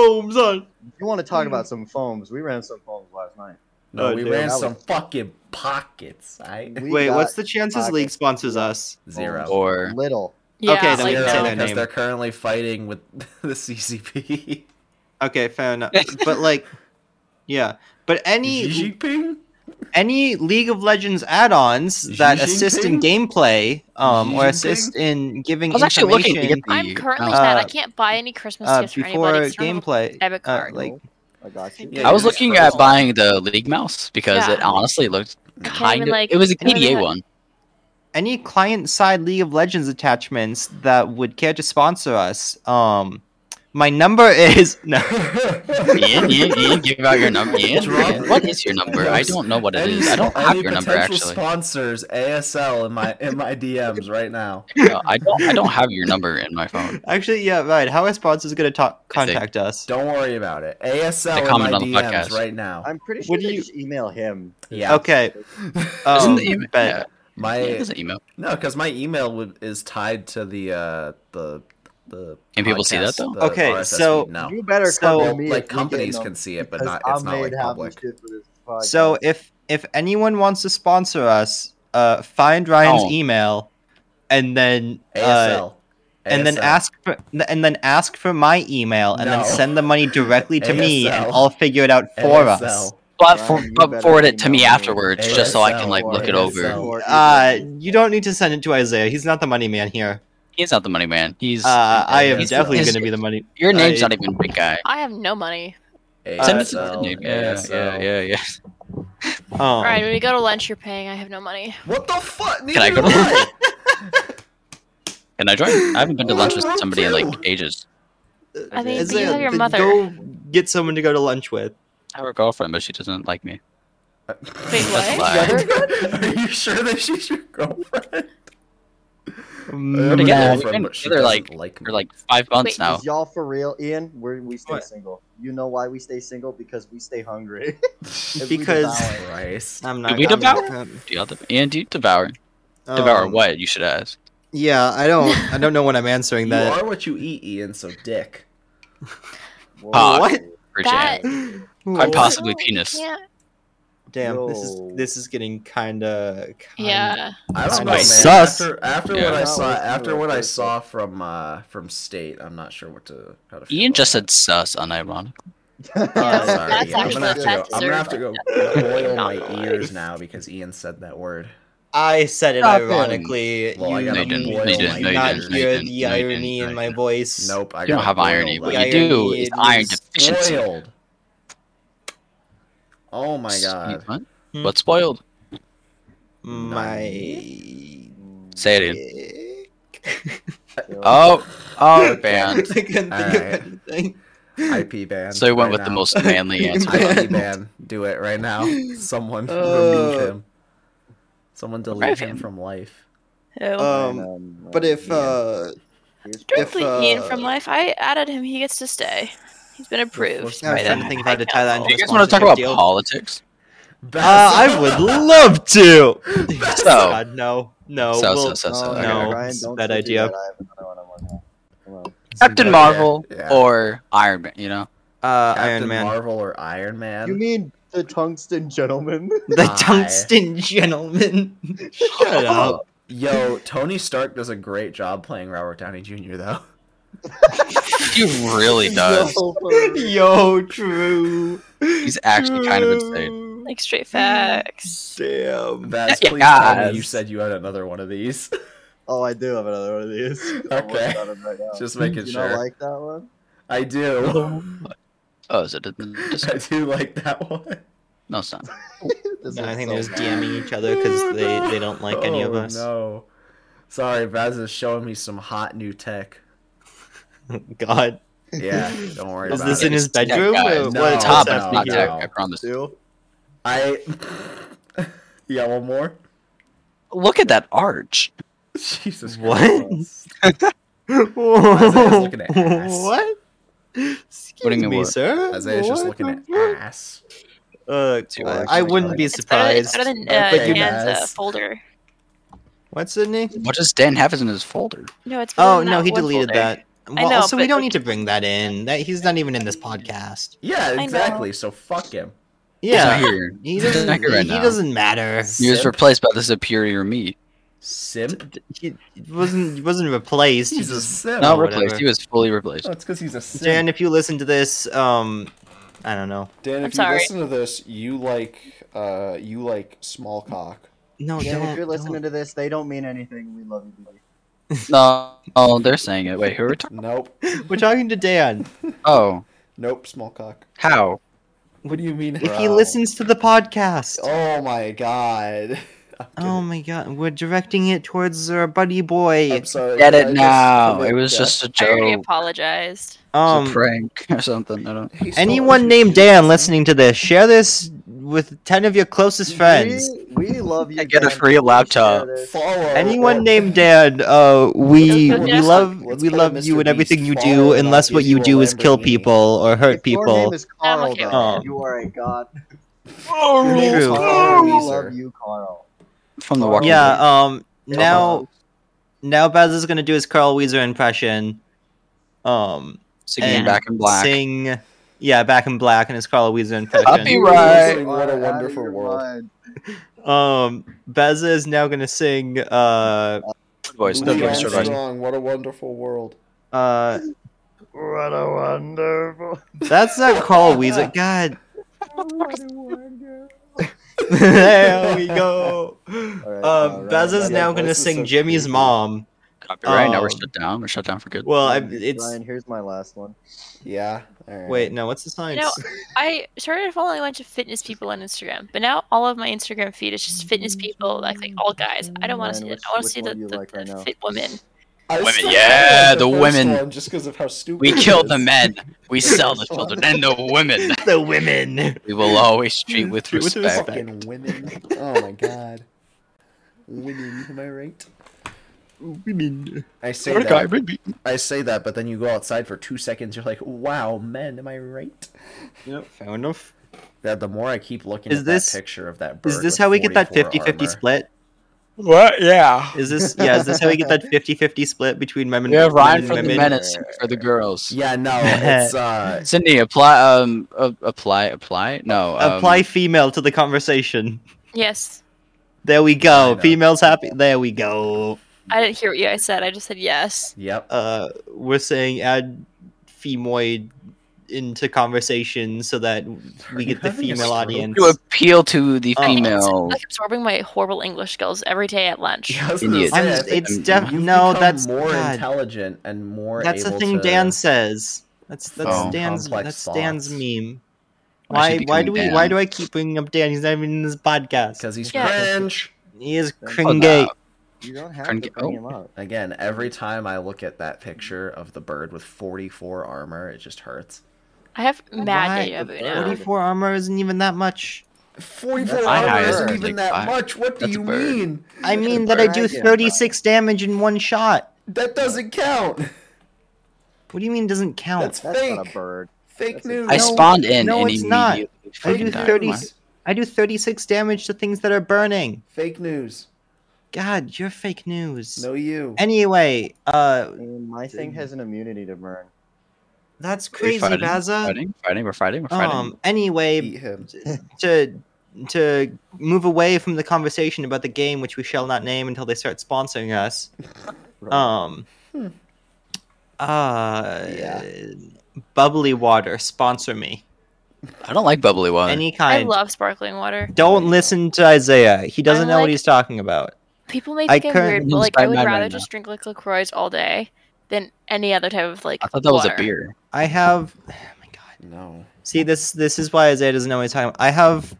You want to talk about some foams? We ran some foams last night.
No,
Oh,
we
dude,
ran
that was-
some fucking pockets. I
We
Wait,
got
what's the chances
pockets.
League sponsors us?
zero.
or
Little.
Yeah,
Okay, then we
like, uh,
can say
no.
Zero,
their
because
name.
they're currently fighting with the CCP.
Okay, fair enough. but like, yeah. But any
Xi Jinping?
any League of Legends add-ons
Xi
that assist in gameplay um,
Xi
or
Jinping?
assist in giving
I was actually looking to
information
get the
I'm currently
Oh.
Uh,
sad. I can't buy any Christmas
uh,
gifts for
before
anybody. It's not on
gameplay.
debit
uh,
card.
like,
I got you.
Yeah,
I was
you're just
looking at
frozen.
buying the League mouse because it
Yeah.
honestly looked
I can't
kind
even,
of.
like-
it was a
I don't even
KDA
know.
one.
any client-side League of Legends attachments that would care to sponsor us. Um, my number is no.
Ian, Ian, Ian, give out your number. Ian,
Drop
Ian, what is your number? I don't know what it is. I don't
Any-
have
any
your number
potential
actually.
Sponsors ASL in my in my DMs right now.
No, I don't. I don't have your number in my phone.
Actually, yeah, right. How are sponsors going to talk
I think-
contact us?
Don't worry about it. ASL
They
in my
comment on the
DMs
podcast.
right now.
I'm pretty sure
What do
they
you-
just email him.
yeah.
Okay.
Isn't
Um,
the email?
but-
yeah, yeah,
My
there's an email.
no, because my email would, is tied to the uh the the.
Can people see that, though?
the
Okay,
RSS
so
feed, no,
You better
So,
come
Well,
to me.
like companies can see it, but not it's not like public.
So if if anyone wants to sponsor us, uh, find Ryan's
Oh.
email, and then uh,
ASL.
and then
ASL.
ask for and then ask for my email, and
No.
then send the money directly to me, and
ASL.
I'll figure it out for us.
ASL.
But,
Ryan,
for,
you
but
better
forward it to
email
me
me.
afterwards, just so I can
ASL,
like look it over.
ASL.
Uh, you don't need to send it to Isaiah. He's not the money man here.
He's not the money man. He's
Uh, I am
he's-
definitely
he's-
going to be the money.
your name's
I-
not even big guy.
I have no money.
Send it to
ASL,
the yeah, yeah,
ASL.
yeah, yeah.
Um,
All right, when we go to lunch, you're paying. I have no money.
What the fuck?
Can I
Neither
go to
do
lunch? Can I join? I haven't been to lunch with
I want
somebody in like
to.
ages.
I mean,
Isaiah,
but you have your
then
mother.
Go get someone to go to lunch with.
I have a girlfriend, but she doesn't like me.
Wait,
That's a
what?
lie.
Are you sure that she's your girlfriend?
But
Mm,
again,
Yeah,
we've been
but she
together, like,
doesn't like
For
me.
like five months
Wait,
now.
Is y'all for real, Ian? We're, we stay
What?
single. You know why we stay single? Because we stay hungry. If we
Because
devour.
Christ.
Mm, I'm
Did we
I'm-
devour?
um,
Do you and do you devour? Devour
um,
what? You should ask.
Yeah, I don't. I don't know when I'm answering
You
that.
are what you eat, Ian. So dick.
Whoa.
Fuck.
What?
For
That-
jam.
Whoa.
Quite possibly
No,
penis.
Yeah.
Damn, this is
Yo.
this is getting kind of.
yeah.
I
That's
don't know, man.
nice.
Sus.
After, after
Yeah.
what I
Not
saw,
listening to
after
that
what I
person.
saw from uh from state, I'm not sure what to how to. Feel
Ian
about
just
that.
said sus,
I'm
unironic.
that's-
sorry,
that's
Ian. I'm gonna have to
actually-
go.
that's
I'm gonna have to go boil my
Not
ears now because Ian said that word.
I said it
Stop it.
ironically.
Well, I
you
gotta
No, you didn't.
boil
No,
my
you didn't. No,
did
you
not
didn't. No, you
hear
didn't.
the
No, you didn't.
irony
No, you
in my
didn't.
voice.
Nope. I
You don't
gotta
have
boil
irony.
that.
What you do
irony
is iron
is
deficiency.
Spoiled. Oh my god.
What?
Hmm?
What's spoiled?
My.
Say it in.
Dick.
Oh, oh,
I
man.
can't think of
Alright.
anything.
IP ban.
So he went
right
with the
now.
most manly answer.
IP ban. Do it right now. Someone remove
Uh,
him. Someone delete
Remove
him
him.
from life.
Uh,
Um, but if uh,
Directly
if,
Ian
uh,
from life. I added him. He gets to stay. He's been approved.
I was
Right,
trying to
I-
think if I had to tie that into
Do you
a
guys want to talk about
sponsorship deal.
politics?
Uh, I would love to.
So,
God, no, no.
so,
we'll-
so, so, so.
no,
okay.
no. it's a bad idea.
Captain
Yeah,
Marvel
yeah.
or Iron Man, you know?
Uh,
Captain
Iron Man.
Marvel or Iron Man.
You mean the tungsten gentleman?
The
Hi.
tungsten gentleman. Shut up.
Yo, Tony Stark does a great job playing Robert Downey Jr. Though.
He really does.
No, for-
Yo, true. He's
actually kind of insane.
Like straight
Hmm.
facts.
Damn.
That's
Yeah,
please tell
guys.
me you said you had another one of these.
oh, I do have another one of these. I'm working
Okay.
on 'em right now.
Just making
you
sure.
not like um, that one?
I do.
Oh, is it in the
I
Discord?
do like that one.
No, it's not.
This
No, I
is
think
so
they're just
bad.
DMing each other because they, they don't like any of
Oh,
us.
No. Sorry, Vaz is showing me some hot new tech.
God.
Yeah, don't worry
Is
about
this
it.
in his
Tech
bedroom?
guy.
or
No,
what's
Top,
no,
not
happening here?
tech, I promise.
Oh,
Do?
I. yeah, one more.
Look at that arch.
Jesus
What?
Christ. Isaiah's looking at ass.
what?
What do you
Excuse
mean,
me,
what?
sir.
Isaiah's just
What
looking
the
at
fuck?
ass.
Uh,
Too
I-
much.
I wouldn't be
It's better,
surprised.
it's better than
Okay,
uh, Dan's uh,
guys.
folder.
What, Sydney?
What does Dan have in his folder?
No, it's.
Oh
within
no,
that
he
one
deleted
folder.
that. Well,
know,
also we
but-
don't need to bring that in. That he's not even in this podcast.
Yeah,
know.
exactly. So fuck him.
Yeah,
He's not here.
he
He's not
doesn't.
here right
he
now.
doesn't matter.
He was
Simp.
replaced by the superior me.
Simp.
He wasn't he wasn't replaced.
He's a simp.
Not
or
replaced.
whatever.
He was fully replaced.
Oh, it's because he's a simp.
Dan, if you listen to this, um, I don't know.
Dan, if you
sorry.
listen to this, you like uh you like small cock.
No,
Dan,
don't.
if you're listening
don't.
to this, they don't mean anything. We love you, buddy.
No, oh, they're saying it. Wait, who are we talking?
Nope.
We're talking to Dan.
Oh,
Nope, small cock.
how?
What do you mean?
If he
how?
listens to the podcast.
Oh my god. I'm kidding.
Oh my god, we're directing it towards our buddy boy.
I'm sorry.
Get
I
it
just
now.
commit
It was
death.
just a
I already
joke,
apologized.
It's a
Um,
prank or something. I don't.
He stole what
anyone
you
named
did.
Dan listening to this, share this with ten of your closest friends.
We, we love you.
I get a
Dan.
free
Please share
laptop.
this.
Follow
Anyone
Oh.
or-
named Dan, uh, we
Let's go
we
Jack.
love
Let's
we
go to
love you
Mr.
and everything you
Beast
do,
Follow and
unless
I'll
what
give
you
you a
do is kill
Lamborghini.
people or hurt
If Your name
people.
is Carl,
okay with
though.
it.
you are a god.
Oh,
Your name is
True.
Carl. We
Weezer.
love you, Carl.
From the
Oh,
Walking Dead.
Yeah. Um.
Come
Now, now Baz is gonna do his Carl Weezer impression. Um.
singing
and
back in black.
Sing. Yeah, back in black and his Carl Weezer impression.
Puppy
You
Right.
listening,
You
What
are
a
out of
wonderful
your
world.
mind.
Um, Beza is now gonna sing. Uh,
voice.
Louis Armstrong.
no voice, no voice.
Armstrong, what a wonderful world.
uh,
What a wonderful.
that's not Carl Weezer. God. there we go.
Alright,
Um,
alright,
Bez is
alright.
now
That
gonna
voice is so
sing Jimmy's
creepy.
mom.
Copyright. now we're
Um,
shut down. We're shut down for good.
Well, I,
Brian,
it's
here's my last one.
Yeah. alright.
wait, no, what's the song?
You know, I started following a bunch of fitness people on Instagram, but now all of my Instagram feed is just fitness people, like like all guys. I don't want to
Man,
see that.
which-
I want to
which
see
one
the,
do you
the,
like right
the
now?
fit women.
I
Women,
still
yeah,
like
the
first
women.
one Just because of how stupid
we
it
kill
is.
the men. We sell the children and the women.
the women.
We will always treat with
Treat with
respect.
Fucking women. Oh my god. Women, am I right?
Women.
I say that. I say that, but then you go outside for two seconds. You're like, wow, men, am I right?
Yep, fair enough.
Yeah, the more I keep looking
Is
at
this-
that picture of that bird.
Is this
with
how we get that
44
50-50
armor-
split?
What? Yeah.
Is this yeah? Is this how we get that 50-50 split between men and
Yeah,
men
Ryan
and
for the
women?
men and Sid for the girls.
Yeah, no, it's uh,
Sydney, apply. Um, uh, apply. Apply. No. Um,
Apply female to the conversation.
Yes,
There we
I
go.
know.
Females happy. There we go.
I didn't hear what you guys said. I just said yes.
yep.
Uh, we're saying add femoid into conversation so that we get the
having a
female
stroke?
audience.
to appeal to the
Oh.
female.
Like absorbing my horrible English skills every day at lunch.
Yeah, I was gonna
Idiot.
say, I
I'm-
think
it's
I'm-
def-
you've
no.
become
That's
more
God.
intelligent and more.
That's the
able
thing
to-
Dan says. That's that's
Oh.
Dan's
Complex
that's Dan's
thoughts.
meme.
Why
Why
is he
why do we
becoming
why
Dan?
do I keep bringing up Dan? He's not even in this podcast.
Because he's
Yeah.
cringe.
He is
Oh,
cringe.
no.
You don't have
Trying
to
to get-
bring
oh.
him up.
Again, every time I look at that picture of the bird with 44 armor, it just hurts.
I have
Why?
mad deja vu now.
What
44 armor isn't even that much.
44
I
armor
know,
isn't
it's
even
like
that
five.
much. What do
That's a
you
bird.
mean?
I mean
It's a
that I do
dragon,
36 damage in one shot.
That doesn't count.
What do you mean it doesn't count?
That's
That's not
fake.
a bird.
Fake
That's a-
news.
I
No,
spawned in
no,
and
it's not.
immediately
I
fucking
do
Fake
died.
30
Why?
I do 36 damage to things that are burning.
Fake news.
God, you're fake news.
No, you.
Anyway, uh
And my thing has an immunity to burn.
that's
Are we
crazy,
fighting?
Baza.
Fighting, fighting, we're fighting, we're fighting.
Um anyway,
Eat him.
to to move away from the conversation about the game, which we shall not name until they start sponsoring us. Um,
Hmm.
uh,
Yeah.
bubbly water sponsor me
I don't like bubbly water.
any
I
kind.
love sparkling water.
Don't listen to Isaiah. He doesn't know what
like-
he's talking about.
People may
I
think I am
currently
weird, but
use
like I
Five
would
Nine right
rather
now.
just drink like Lacroix all day than any other type of like.
I thought that was a
water.
beer.
I have. Oh my god.
No.
See this. This is why Isaiah doesn't know what he's talking about. I have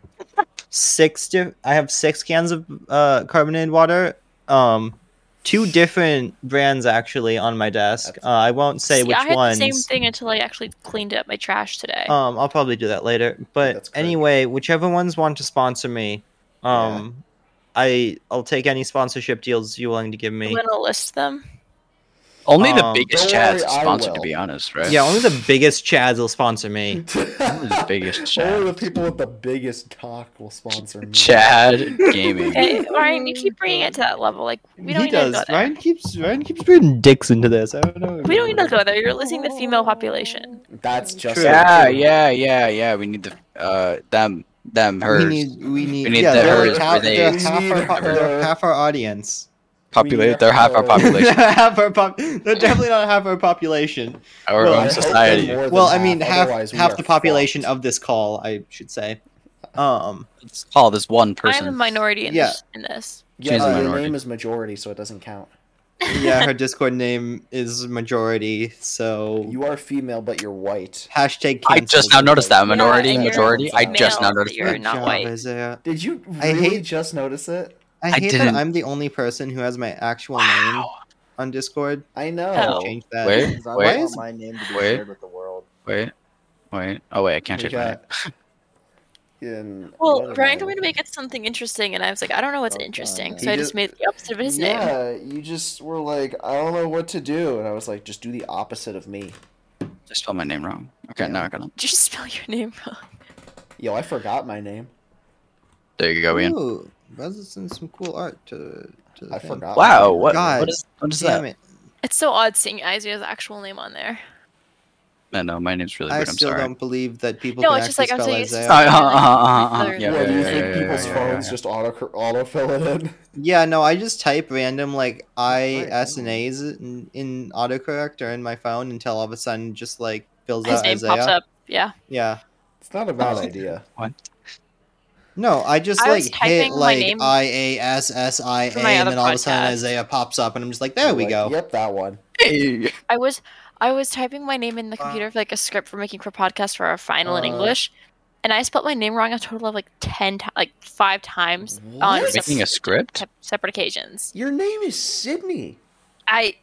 six. Di- I have six cans of uh, carbonated water. Um, two different brands actually on my desk. Uh, I won't say
See,
which
I had
ones.
the same thing until I actually cleaned up my trash today.
Um, I'll probably do that later. But
That's correct.
anyway, whichever ones want to sponsor me, um, I I'll take any sponsorship deals you're willing to give
I'm
me.
gonna list them.
Only the
Um,
biggest
don't worry,
Chads
I
sponsor, to
will.
be honest, right?
Yeah, only the biggest Chads will sponsor me.
the biggest
Only
Chad.
the people with the biggest talk will sponsor me.
Chad Gaming.
Okay, Eh, Ryan, you keep bringing it to that level. Like we don't
he
need
does.
to go there.
Ryan keeps Ryan keeps bringing dicks into this. I don't know.
We don't need to go there. You're losing the female population.
That's just
Ah,
Yeah, yeah, yeah, yeah. We need the uh them them
We
hers
need. We need.
need
yeah,
the
they're,
hers,
half,
they-
they're
We
half
need
our, they're
her.
half our audience.
populate. They're half our population.
half our pop. They're definitely not half our population.
Our
Well, I
own
hope they're
society.
Well, I mean, half half the population of this call, I should say. Um.
Let's call this one
I'm a
person.
minority in,
Yeah.
this, in this.
She's
Yeah,
a
uh, your
minority.
name is majority, so it doesn't count.
Yeah, her Discord name is majority. So
You are female, but you're white.
hashtag.
I
cancel
just now
the
noticed
vote.
that minority,
and
you're
majority. I just
male,
now
but
noticed.
You're
Good
not
job,
white.
Isaiah.
Did you
I
really
hate-
just notice it?
I
I
hate that
didn't-
I'm the only person who has my actual name
Wow.
on Discord.
I
Gotta
Oh.
know.
Change that.
Where?
Because I
Wait.
don't want my name to be
Wait.
shared with the world.
Wait, wait. Oh wait, I can't
We
change my name.
got- in
Well,
another
Ryan told me
level.
to make it something interesting, and I was like, I don't know what's
Oh, darn
interesting,
it.
so
He
I just
did-
made the opposite of his name.
Yeah, you just were like, I don't know what to do, and I was like, just do the opposite of me.
I spelled my name wrong. Okay, now I got it.
Did you just spell your name wrong?
Yo, I forgot my name.
There you go, Ian.
Ooh, Buzz sent some cool art to. to the
I
thing.
forgot. my
Wow,
name.
what,
uh, God
what is what is
Damn
that?
it!
It's so odd seeing Isaiah's actual name on there.
I know my name's really
I
weird. I'm
still
sorry.
don't believe that people
No,
can
it's just
actually
like, I'm
spell
so used to
Isaiah.
Uh, uh, uh, uh, uh,
Other
yeah,
than-
What, do you
yeah,
think
yeah,
people's
yeah, yeah, yeah,
phones
yeah.
just auto autofill it in?
Yeah, no, I just type random like I
Right,
S and A's in, in autocorrect or in my phone until all of a sudden just like fills
His
out
name
Isaiah.
pops up. Yeah.
Yeah.
It's not a bad idea.
What?
No, I just
I
like
was
hit
typing my
like
name
I A S S I A
for my
and
other
then all of a sudden
podcast.
Isaiah pops up and I'm just like, there we
Like,
go.
Yep, that one.
Hey.
I was I was typing my name in the computer for like a script for making for a podcast for our final in
Uh.
English, and I spelled my name wrong a total of like ten, ti like five
Mm-hmm.
times on
What?
Making a
separate,
script?
sep- separate occasions.
Your name is Sydney.
I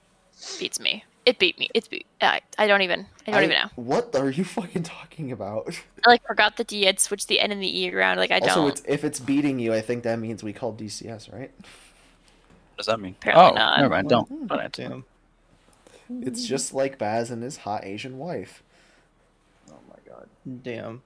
beats me. It beat me. It's beat. I, I don't even. I don't even know.
What are you fucking talking about?
I like forgot the D. I'd switched the N and the E around. Like I
also,
don't.
it's, if it's beating you, I think that means we called DCS, right?
What does that mean?
Apparently
oh,
not.
never mind. Don't.
Hmm,
don't answer.
Mm-hmm. Damn.
Mm-hmm.
It's just like Baz and his hot Asian wife.
Oh my god.
Damn.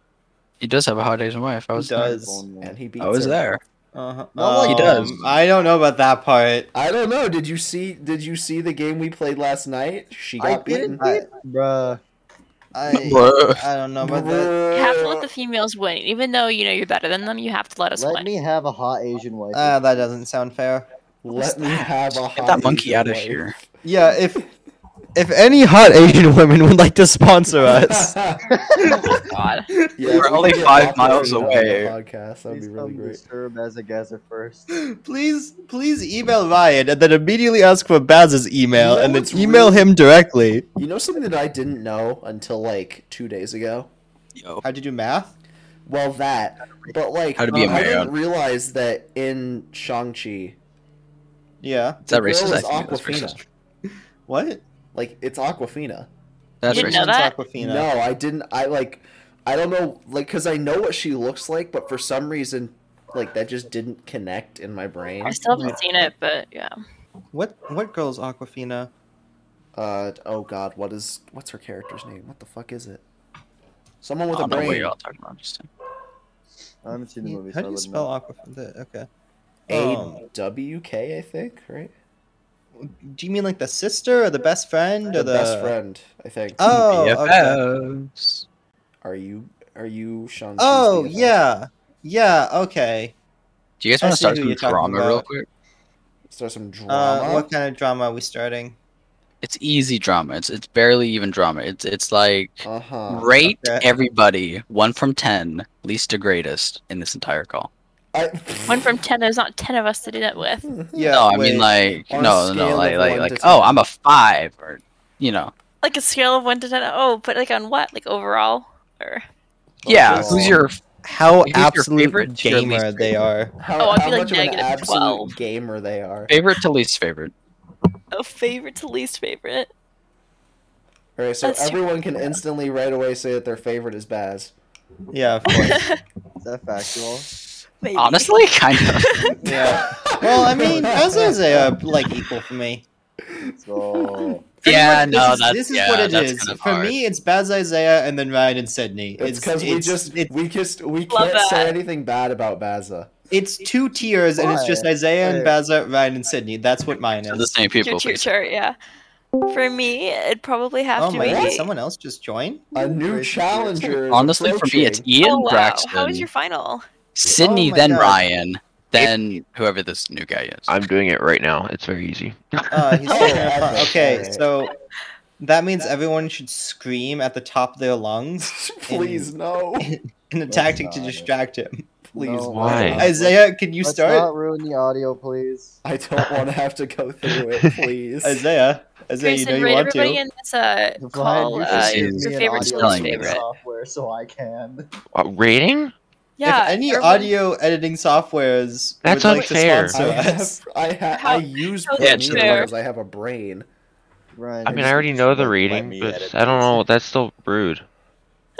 He does have a hot Asian wife. I
He
was there.
does.
And he beats
I was
her.
there.
Uh-huh.
Well,
he does.
I don't know about that part.
I don't know. Did you see? Did you see the game we played last night? She
I
got
didn't,
beaten.
I, bruh.
I
Bruh.
I don't know about that.
you have to
uh,
let the females win, even though you know you're better than them. You have to let us
Let
win.
me have a hot Asian wife.
Uh,
Ah, that doesn't sound fair.
Let me have a
Get
hot
that monkey
Asian
out of
wife.
here.
Yeah, if if any hot Asian women would like to sponsor us,
God.
Yeah, if
We're
we
only
could get
five
Rock
miles
Marine on
away.
the Podcast. That'd
Please
be really
come
great.
disturb as a gazer first.
please please email Ryan and then immediately ask for Baz's email
You know
and then
what's
email
really-
him directly.
You know something that I didn't know until like two days ago?
Yo.
How'd you do math?
Well, that. But like,
How to be a
um, I didn't
man.
realize that in Shang-Chi,
Yeah.
Is that
the girl
racist? I
is
think that's
Aquafina.
racist.
What?
Like, it's Aquafina.
That's
You didn't know
racist.
that?
Aquafina.
No, I didn't. I like, I don't know, like, because I know what she looks like, but for some reason, like, that just didn't connect in my brain.
I still haven't seen it, but yeah.
What what girl's Aquafina?
Uh, oh God, what is what's her character's name? What the fuck is it? Someone
I
with a
don't know what
brain.
y'all talking about. Just
I haven't seen the movie. so
How do
I
you
wouldn't
spell
know.
Aquafina? Okay.
A
Um,
W K, I think, right?
Do you mean like the sister or the best friend or
The
the
best friend, I think.
Oh, okay.
BFFs.
Are you are you Sean?
Oh, yeah. Yeah, okay.
Do you guys
I
want to
see
start
who
some
you're talking
drama real
about.
quick?
Start some drama.
Uh, what kind of drama are we starting?
It's easy drama. It's it's barely even drama. It's it's like
Uh huh.
rate
okay.
everybody one from ten, least to greatest in this entire call.
One from ten. There's not ten of us to do that with.
Yeah,
no, I
wait.
mean like
On a
no,
scale
no,
of
like like
one
like
to
oh,
10.
I'm a five or you know
Like a scale of one to ten. Oh, but like on what? Like overall? Or
yeah.
Overall.
Who's your
how
Who's your
absolute
favorite to your
gamer
least
they are.
How,
Oh, I
how
feel like
much of an
negative
absolute
12.
gamer they are,
favorite to least favorite?
oh, favorite to least favorite.
All right, so
That's true.
everyone can instantly right away say that their favorite is Baz.
Yeah, of course.
Is that factual?
Maybe.
Honestly, kind of.
yeah. Well, I mean, as is they are like equal for me.
So
Yeah,
much-
no,
this is,
that's-
this is
yeah,
what it
that's
is.
kind of
For
hard.
me, it's Baz Isaiah and then Ryan and Sydney.
It's because we just
it-
we just we
Love
can't say
that.
anything bad about Baza.
it's two tiers, and it's just
Why?
Isaiah and
Why?
Baza, Ryan and Sydney. That's what mine
So the
is.
same people.
Your tier
basically.
chart, yeah. For me, it'd probably have
Oh
to
my
be.
god! Someone else just joined.
A new
Crazy.
challenger. is
Honestly, for me, it's
approaching.
Ian
oh wow!
Braxton,
How was your final?
Sydney,
Oh my
then
God.
Ryan, then whoever this new guy is.
I'm doing it right now. It's very easy.
Uh, he's
Oh, okay.
okay,
Alright.
so that means everyone should scream at the top of their lungs
Please no.
in a
That's
tactic to
not it.
distract him.
Please
No,
why?
let's-
Isaiah, can you
let's
start?
not ruin the audio, please.
I don't want to have to go through it. Please.
Isaiah, Isaiah,
Grayson,
you know you
rate
want
everybody
to.
in this uh,
Brian,
call
you should
uh, your
give me
an
favorite
audio
telling
to
me
editing
favorite.
software so I can.
Uh, rating?
Yeah.
if any
everyone-
audio editing softwares
That's
would like
I
to
unfair.
sponsor us,
have, I, ha-
How-
I use
how
is
Premiere
that
fair?
because I have a brain.
Brian,
I mean,
you
I already
should
know
just
the
let
rating,
me edit
but I don't
this.
know. That's still rude.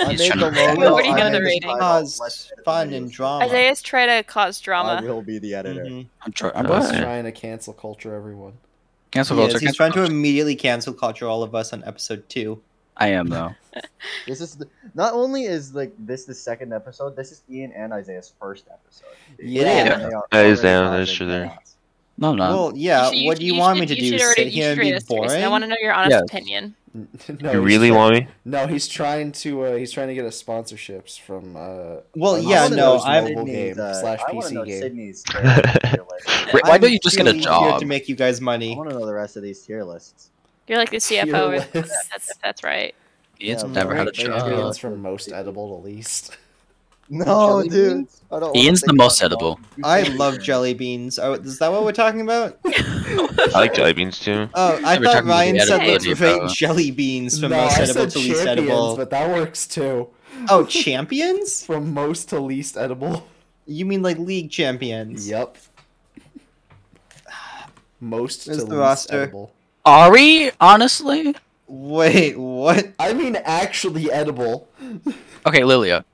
I
He's
made
trying
the
to-
logo.
You already
I
know
made
the
the
rating.
title.
Caused
Let's edit the
fun
videos.
and drama. Uh,
Isaiah's try to cause
I
drama.
will be the editor.
Mhm.
I'm try- I'm
I'm
Uh, What?
just
trying.
trying to cancel culture everyone.
Cancel
He is.
culture.
He's
cancel
trying to
culture.
immediately cancel culture all of us on episode two.
I am though.
This is the, not only is like this the second episode. This is Ian and Isaiah's first episode.
Yeah.
And they are
That is
already
down, that's
causing
true there.
chaos.
No, no.
Well, yeah.
You should- you
what
should-
do you,
you
want
should-
me to
you
do?
should already-
Sit
you
here and
should
be
rate us,
boring?
Grayson. I want to know your honest
Yes.
opinion.
N- No,
you
he's
really
try-
want me?
No, he's trying to. Uh, he's trying to get us sponsorships from. Uh,
Well,
I'm
yeah,
also
no,
those
I'm.
mobile game
Sydney's,
uh,
slash
uh, I wanna
PC
know
game.
Sydney's tier lists.
Wait, why
I'm
don't you just get a
purely Here
job?
to make you guys
I
money.
want to know the rest of these tier lists.
You're like the CFO.
tier
Or something.
lists.
that's, that's right.
Ian's
Yeah,
never
but
had a
they- they-
job.
Ian's from most edible to least.
No,
Jelly
dude.
beans?
I don't wanna
Ian's
think
the most
about
edible.
that.
I love jelly beans. Oh, is that what we're talking about?
I like jelly beans too.
Oh, I
Every
thought
time you
Ryan
get
said
edible,
let's
you
rate
know.
jelly beans from
no,
most
I
edible
said
to least
champions,
edible.
but that works too.
Oh, champions?
From most to least edible.
You mean like league champions?
Yep. Most
There's
to
the
least
roster.
edible.
Are we honestly?
Wait, what?
I mean, actually edible.
Okay, Lilia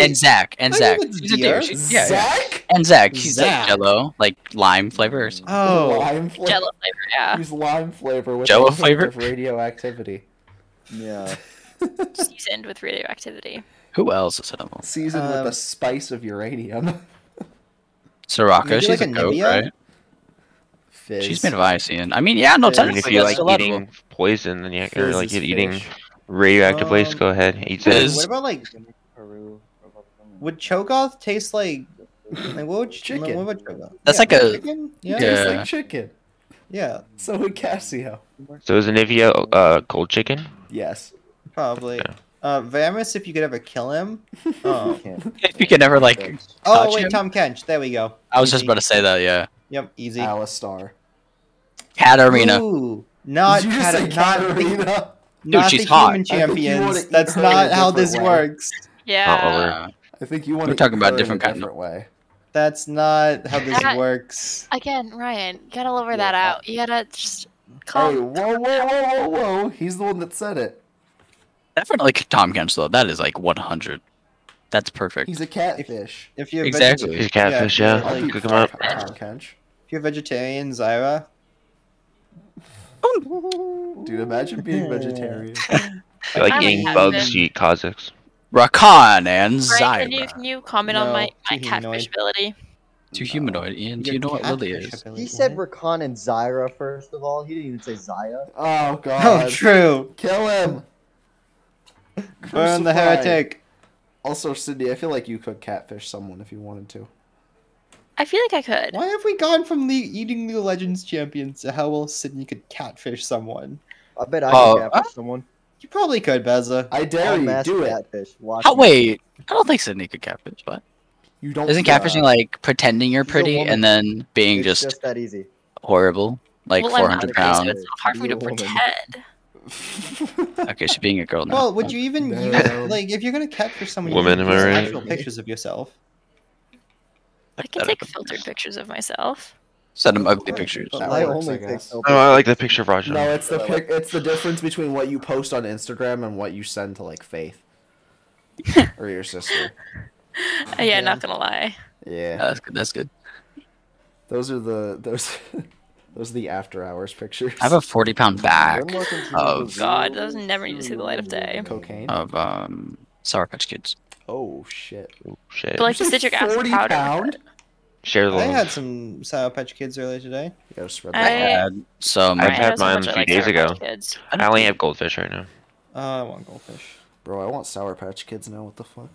and Zach and
I
Zach.
think it's
She's a
dear.
deer. She's- yeah, yeah.
Zach.
And Zach. She's
Zach.
like Jello, like lime flavors.
Oh,
Lime flavor.
Jello flavor, yeah.
Use lime flavor with
Jell-O
a hint
flavor?
of radioactivity.
Yeah.
Seasoned with radioactivity.
Who else is edible?
Seasoned
Um,
with a spice of uranium.
Soraka.
Maybe
She's
like
a
a
goat,
Nivea?
right?
Fizz.
She's made of ice, Ian. I mean, yeah, no,
Fizz.
I mean,
technically
if you
that's
like
still edible.
eating poison, then you or
Fizz
like e-,
is
eating
fish.
radioactive waste,
Um,
go ahead, eat
Fizz.
that.
What about like
Peru, Republican.
would Chogoth taste like like what would ch-
Chicken.
What about Chogoth?
That's like a-
chicken?
It
Yeah.
tastes
Yeah.
like chicken.
Yeah,
So would Casio.
So is Anivia uh, cold chicken?
Yes.
probably.
Yeah.
Uh, Vamis, if you could ever kill him. Oh,
Can't-
If you could never like,
Bitch.
oh
Touch
wait,
him?
Tom Kench. There we go.
I was just
Easy.
about to say that. Yeah,
Yep, easy.
Alistar.
Katarina.
Ooh, not
Did you just
Kat-
say
not the-
Katarina?
not
Dude, she's
the
hot.
human
I think you wanna
champions.
eat
That's
her in a
not how
different
this
way.
works.
Yeah.
Uh,
over.
I think you want
We're
to
talking about different
different
kind of-
different way.
That's not how this
That-
works.
Again, Ryan, you gotta lower
Yeah.
that out. You gotta just
Hey,
calm.
whoa, whoa, whoa, whoa, whoa! He's the one that said it.
Definitely Tom Kench though. That is like 100. That's perfect.
He's a catfish.
If you're
Exactly.
He's
Veget-
catfish, yeah.
Like-
I'll
Cook him up.
Tom Kench.
if you're vegetarian, Zyra.
Dude, imagine being vegetarian.
You like
I'm
eating
having
bugs,
it.
you eat Kha'Zix.
Rakan and
Right, can you,
Zyra.
can you comment on my,
No,
my
too
catfish
humanoid.
ability?
Too humanoid. Ian, do you know what Lily is?
He said Rakan and Zyra first of all. He didn't even say Zaya.
Oh
Oh,
god.
true.
Kill him.
Burn
Crucify.
the heretic.
Also, Sydney, I feel like you could catfish someone if you wanted to.
I feel like I could.
Why have we gone from the eating the legends champions to how well Sydney could catfish someone?
I bet I
Oh,
can catfish someone.
You probably could, Beza.
I dare
I'll
you.
mass
Do it.
catfish. Watch
Oh
me.
wait, I don't think Sydney could catfish. But
You don't.
isn't
yeah.
catfishing like pretending you're
She's a
pretty
woman.
and then being
It's
just,
that easy.
horrible, like
Well, I'm not
400
a girl, so
pounds?
It's not hard for me to
You're a woman.
pretend.
Okay, she's being a girl now.
Well, would you even
No.
use like if you're gonna catfish someone?
Woman,
you
am I
use
right?
Actual pictures of yourself.
I can take filtered pictures of myself.
Send them ugly pictures.
But
That
I
works,
only
I
take
guess.
so-
Oh, I like the picture of Raja.
No, it's the pic- it's the difference between what you post on Instagram and what you send to like Faith or your sister.
Uh, yeah, not gonna lie.
Yeah,
Uh, Yeah, that's good. That's good.
those are the those. Those are the after hours pictures.
I have a 40 pound bag
You're looking through
of-
the
God,
wheels,
those Oh, never need to see the light of day.
Cocaine.
of um Sour Patch Kids.
Oh shit.
Oh, shit.
But like the
Is it
citric acid
40
powder.
pound?
Share the
I
link.
had some Sour Patch Kids earlier today.
You gotta spread
I
I-
that.
had some.
I've
Right,
had
that's how
mine
much
a
I
few
like
days
Sour Patch
ago.
Kids.
I only have goldfish right now.
Uh, I want goldfish.
Bro, I want Sour Patch Kids now. What the fuck?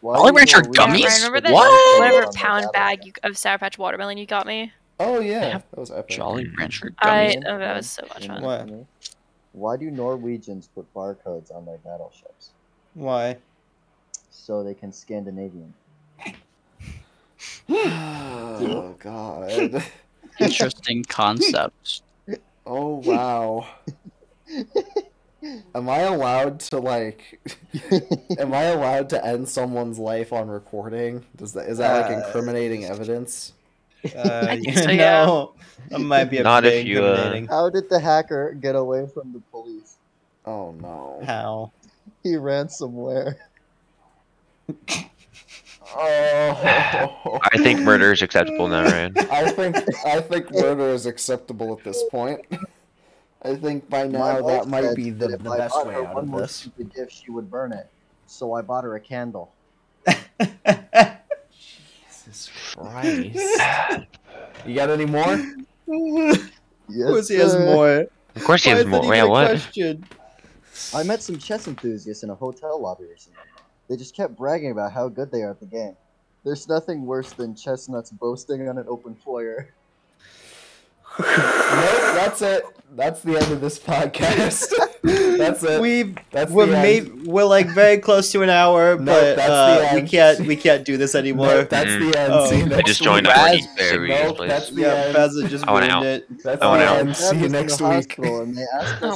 Why
All
do
Ranch
you
are
know we-
Yeah,
Gummies?
Ryan, remember that
What?
whatever
On the
pound
battle
bag
pack.
you, of Sour Patch watermelon you got me?
Oh yeah,
have
that was epic.
Jolly Rancher
I
gummies.
oh, that was so much fun.
What?
Why do Norwegians put barcodes on their battleships
Why?
so they can Scandinavian?
oh god.
Interesting concepts.
Oh wow. Am I allowed to like? Am I allowed to end someone's life on recording? Does that is that like
Uh,
incriminating evidence?
Uh,
I think
you
so, yeah.
know, That might be a
Not
bit
if you, uh,
intimidating.
How did the hacker get away from the police?
Oh no.
How?
He ran somewhere.
Oh.
I think murder is acceptable now, Ryan.
I think I think murder is acceptable at this point. I think by now
wife
that might
said
be the,
that
the
if I
best
bought
way
her
out
one
of
more
this.
stupid gift, she would burn it. So I bought her a candle.
Jesus Christ. you got any more?
Yes,
Of course he has
sir.
more.
Of course he
Why
has
isn't
more.
he
Yeah,
gonna
what?
Question?
I met some chess enthusiasts in a hotel lobby recently. They just kept bragging about how good they are at the game. There's nothing worse than chestnuts boasting on an open foyer.
Nope, that's it. That's the end of this podcast. that's it.
We've
that's
we're
the
maybe
end.
we're like very close to an hour,
No,
but
that's the
uh, we
end.
can't we can't do this anymore.
Nope, that's
Mm.
the end.
Oh.
See you
I
I
next
just joined
week.
a party.
Raspberry.
Nope,
place.
that's the
yeah,
end.
Bazza just
I went
ruined
out.
it.
That's
I went
the
out.
end. Oh, See
Dad was
you
in the
next week.
hospital and they asked
Oh
us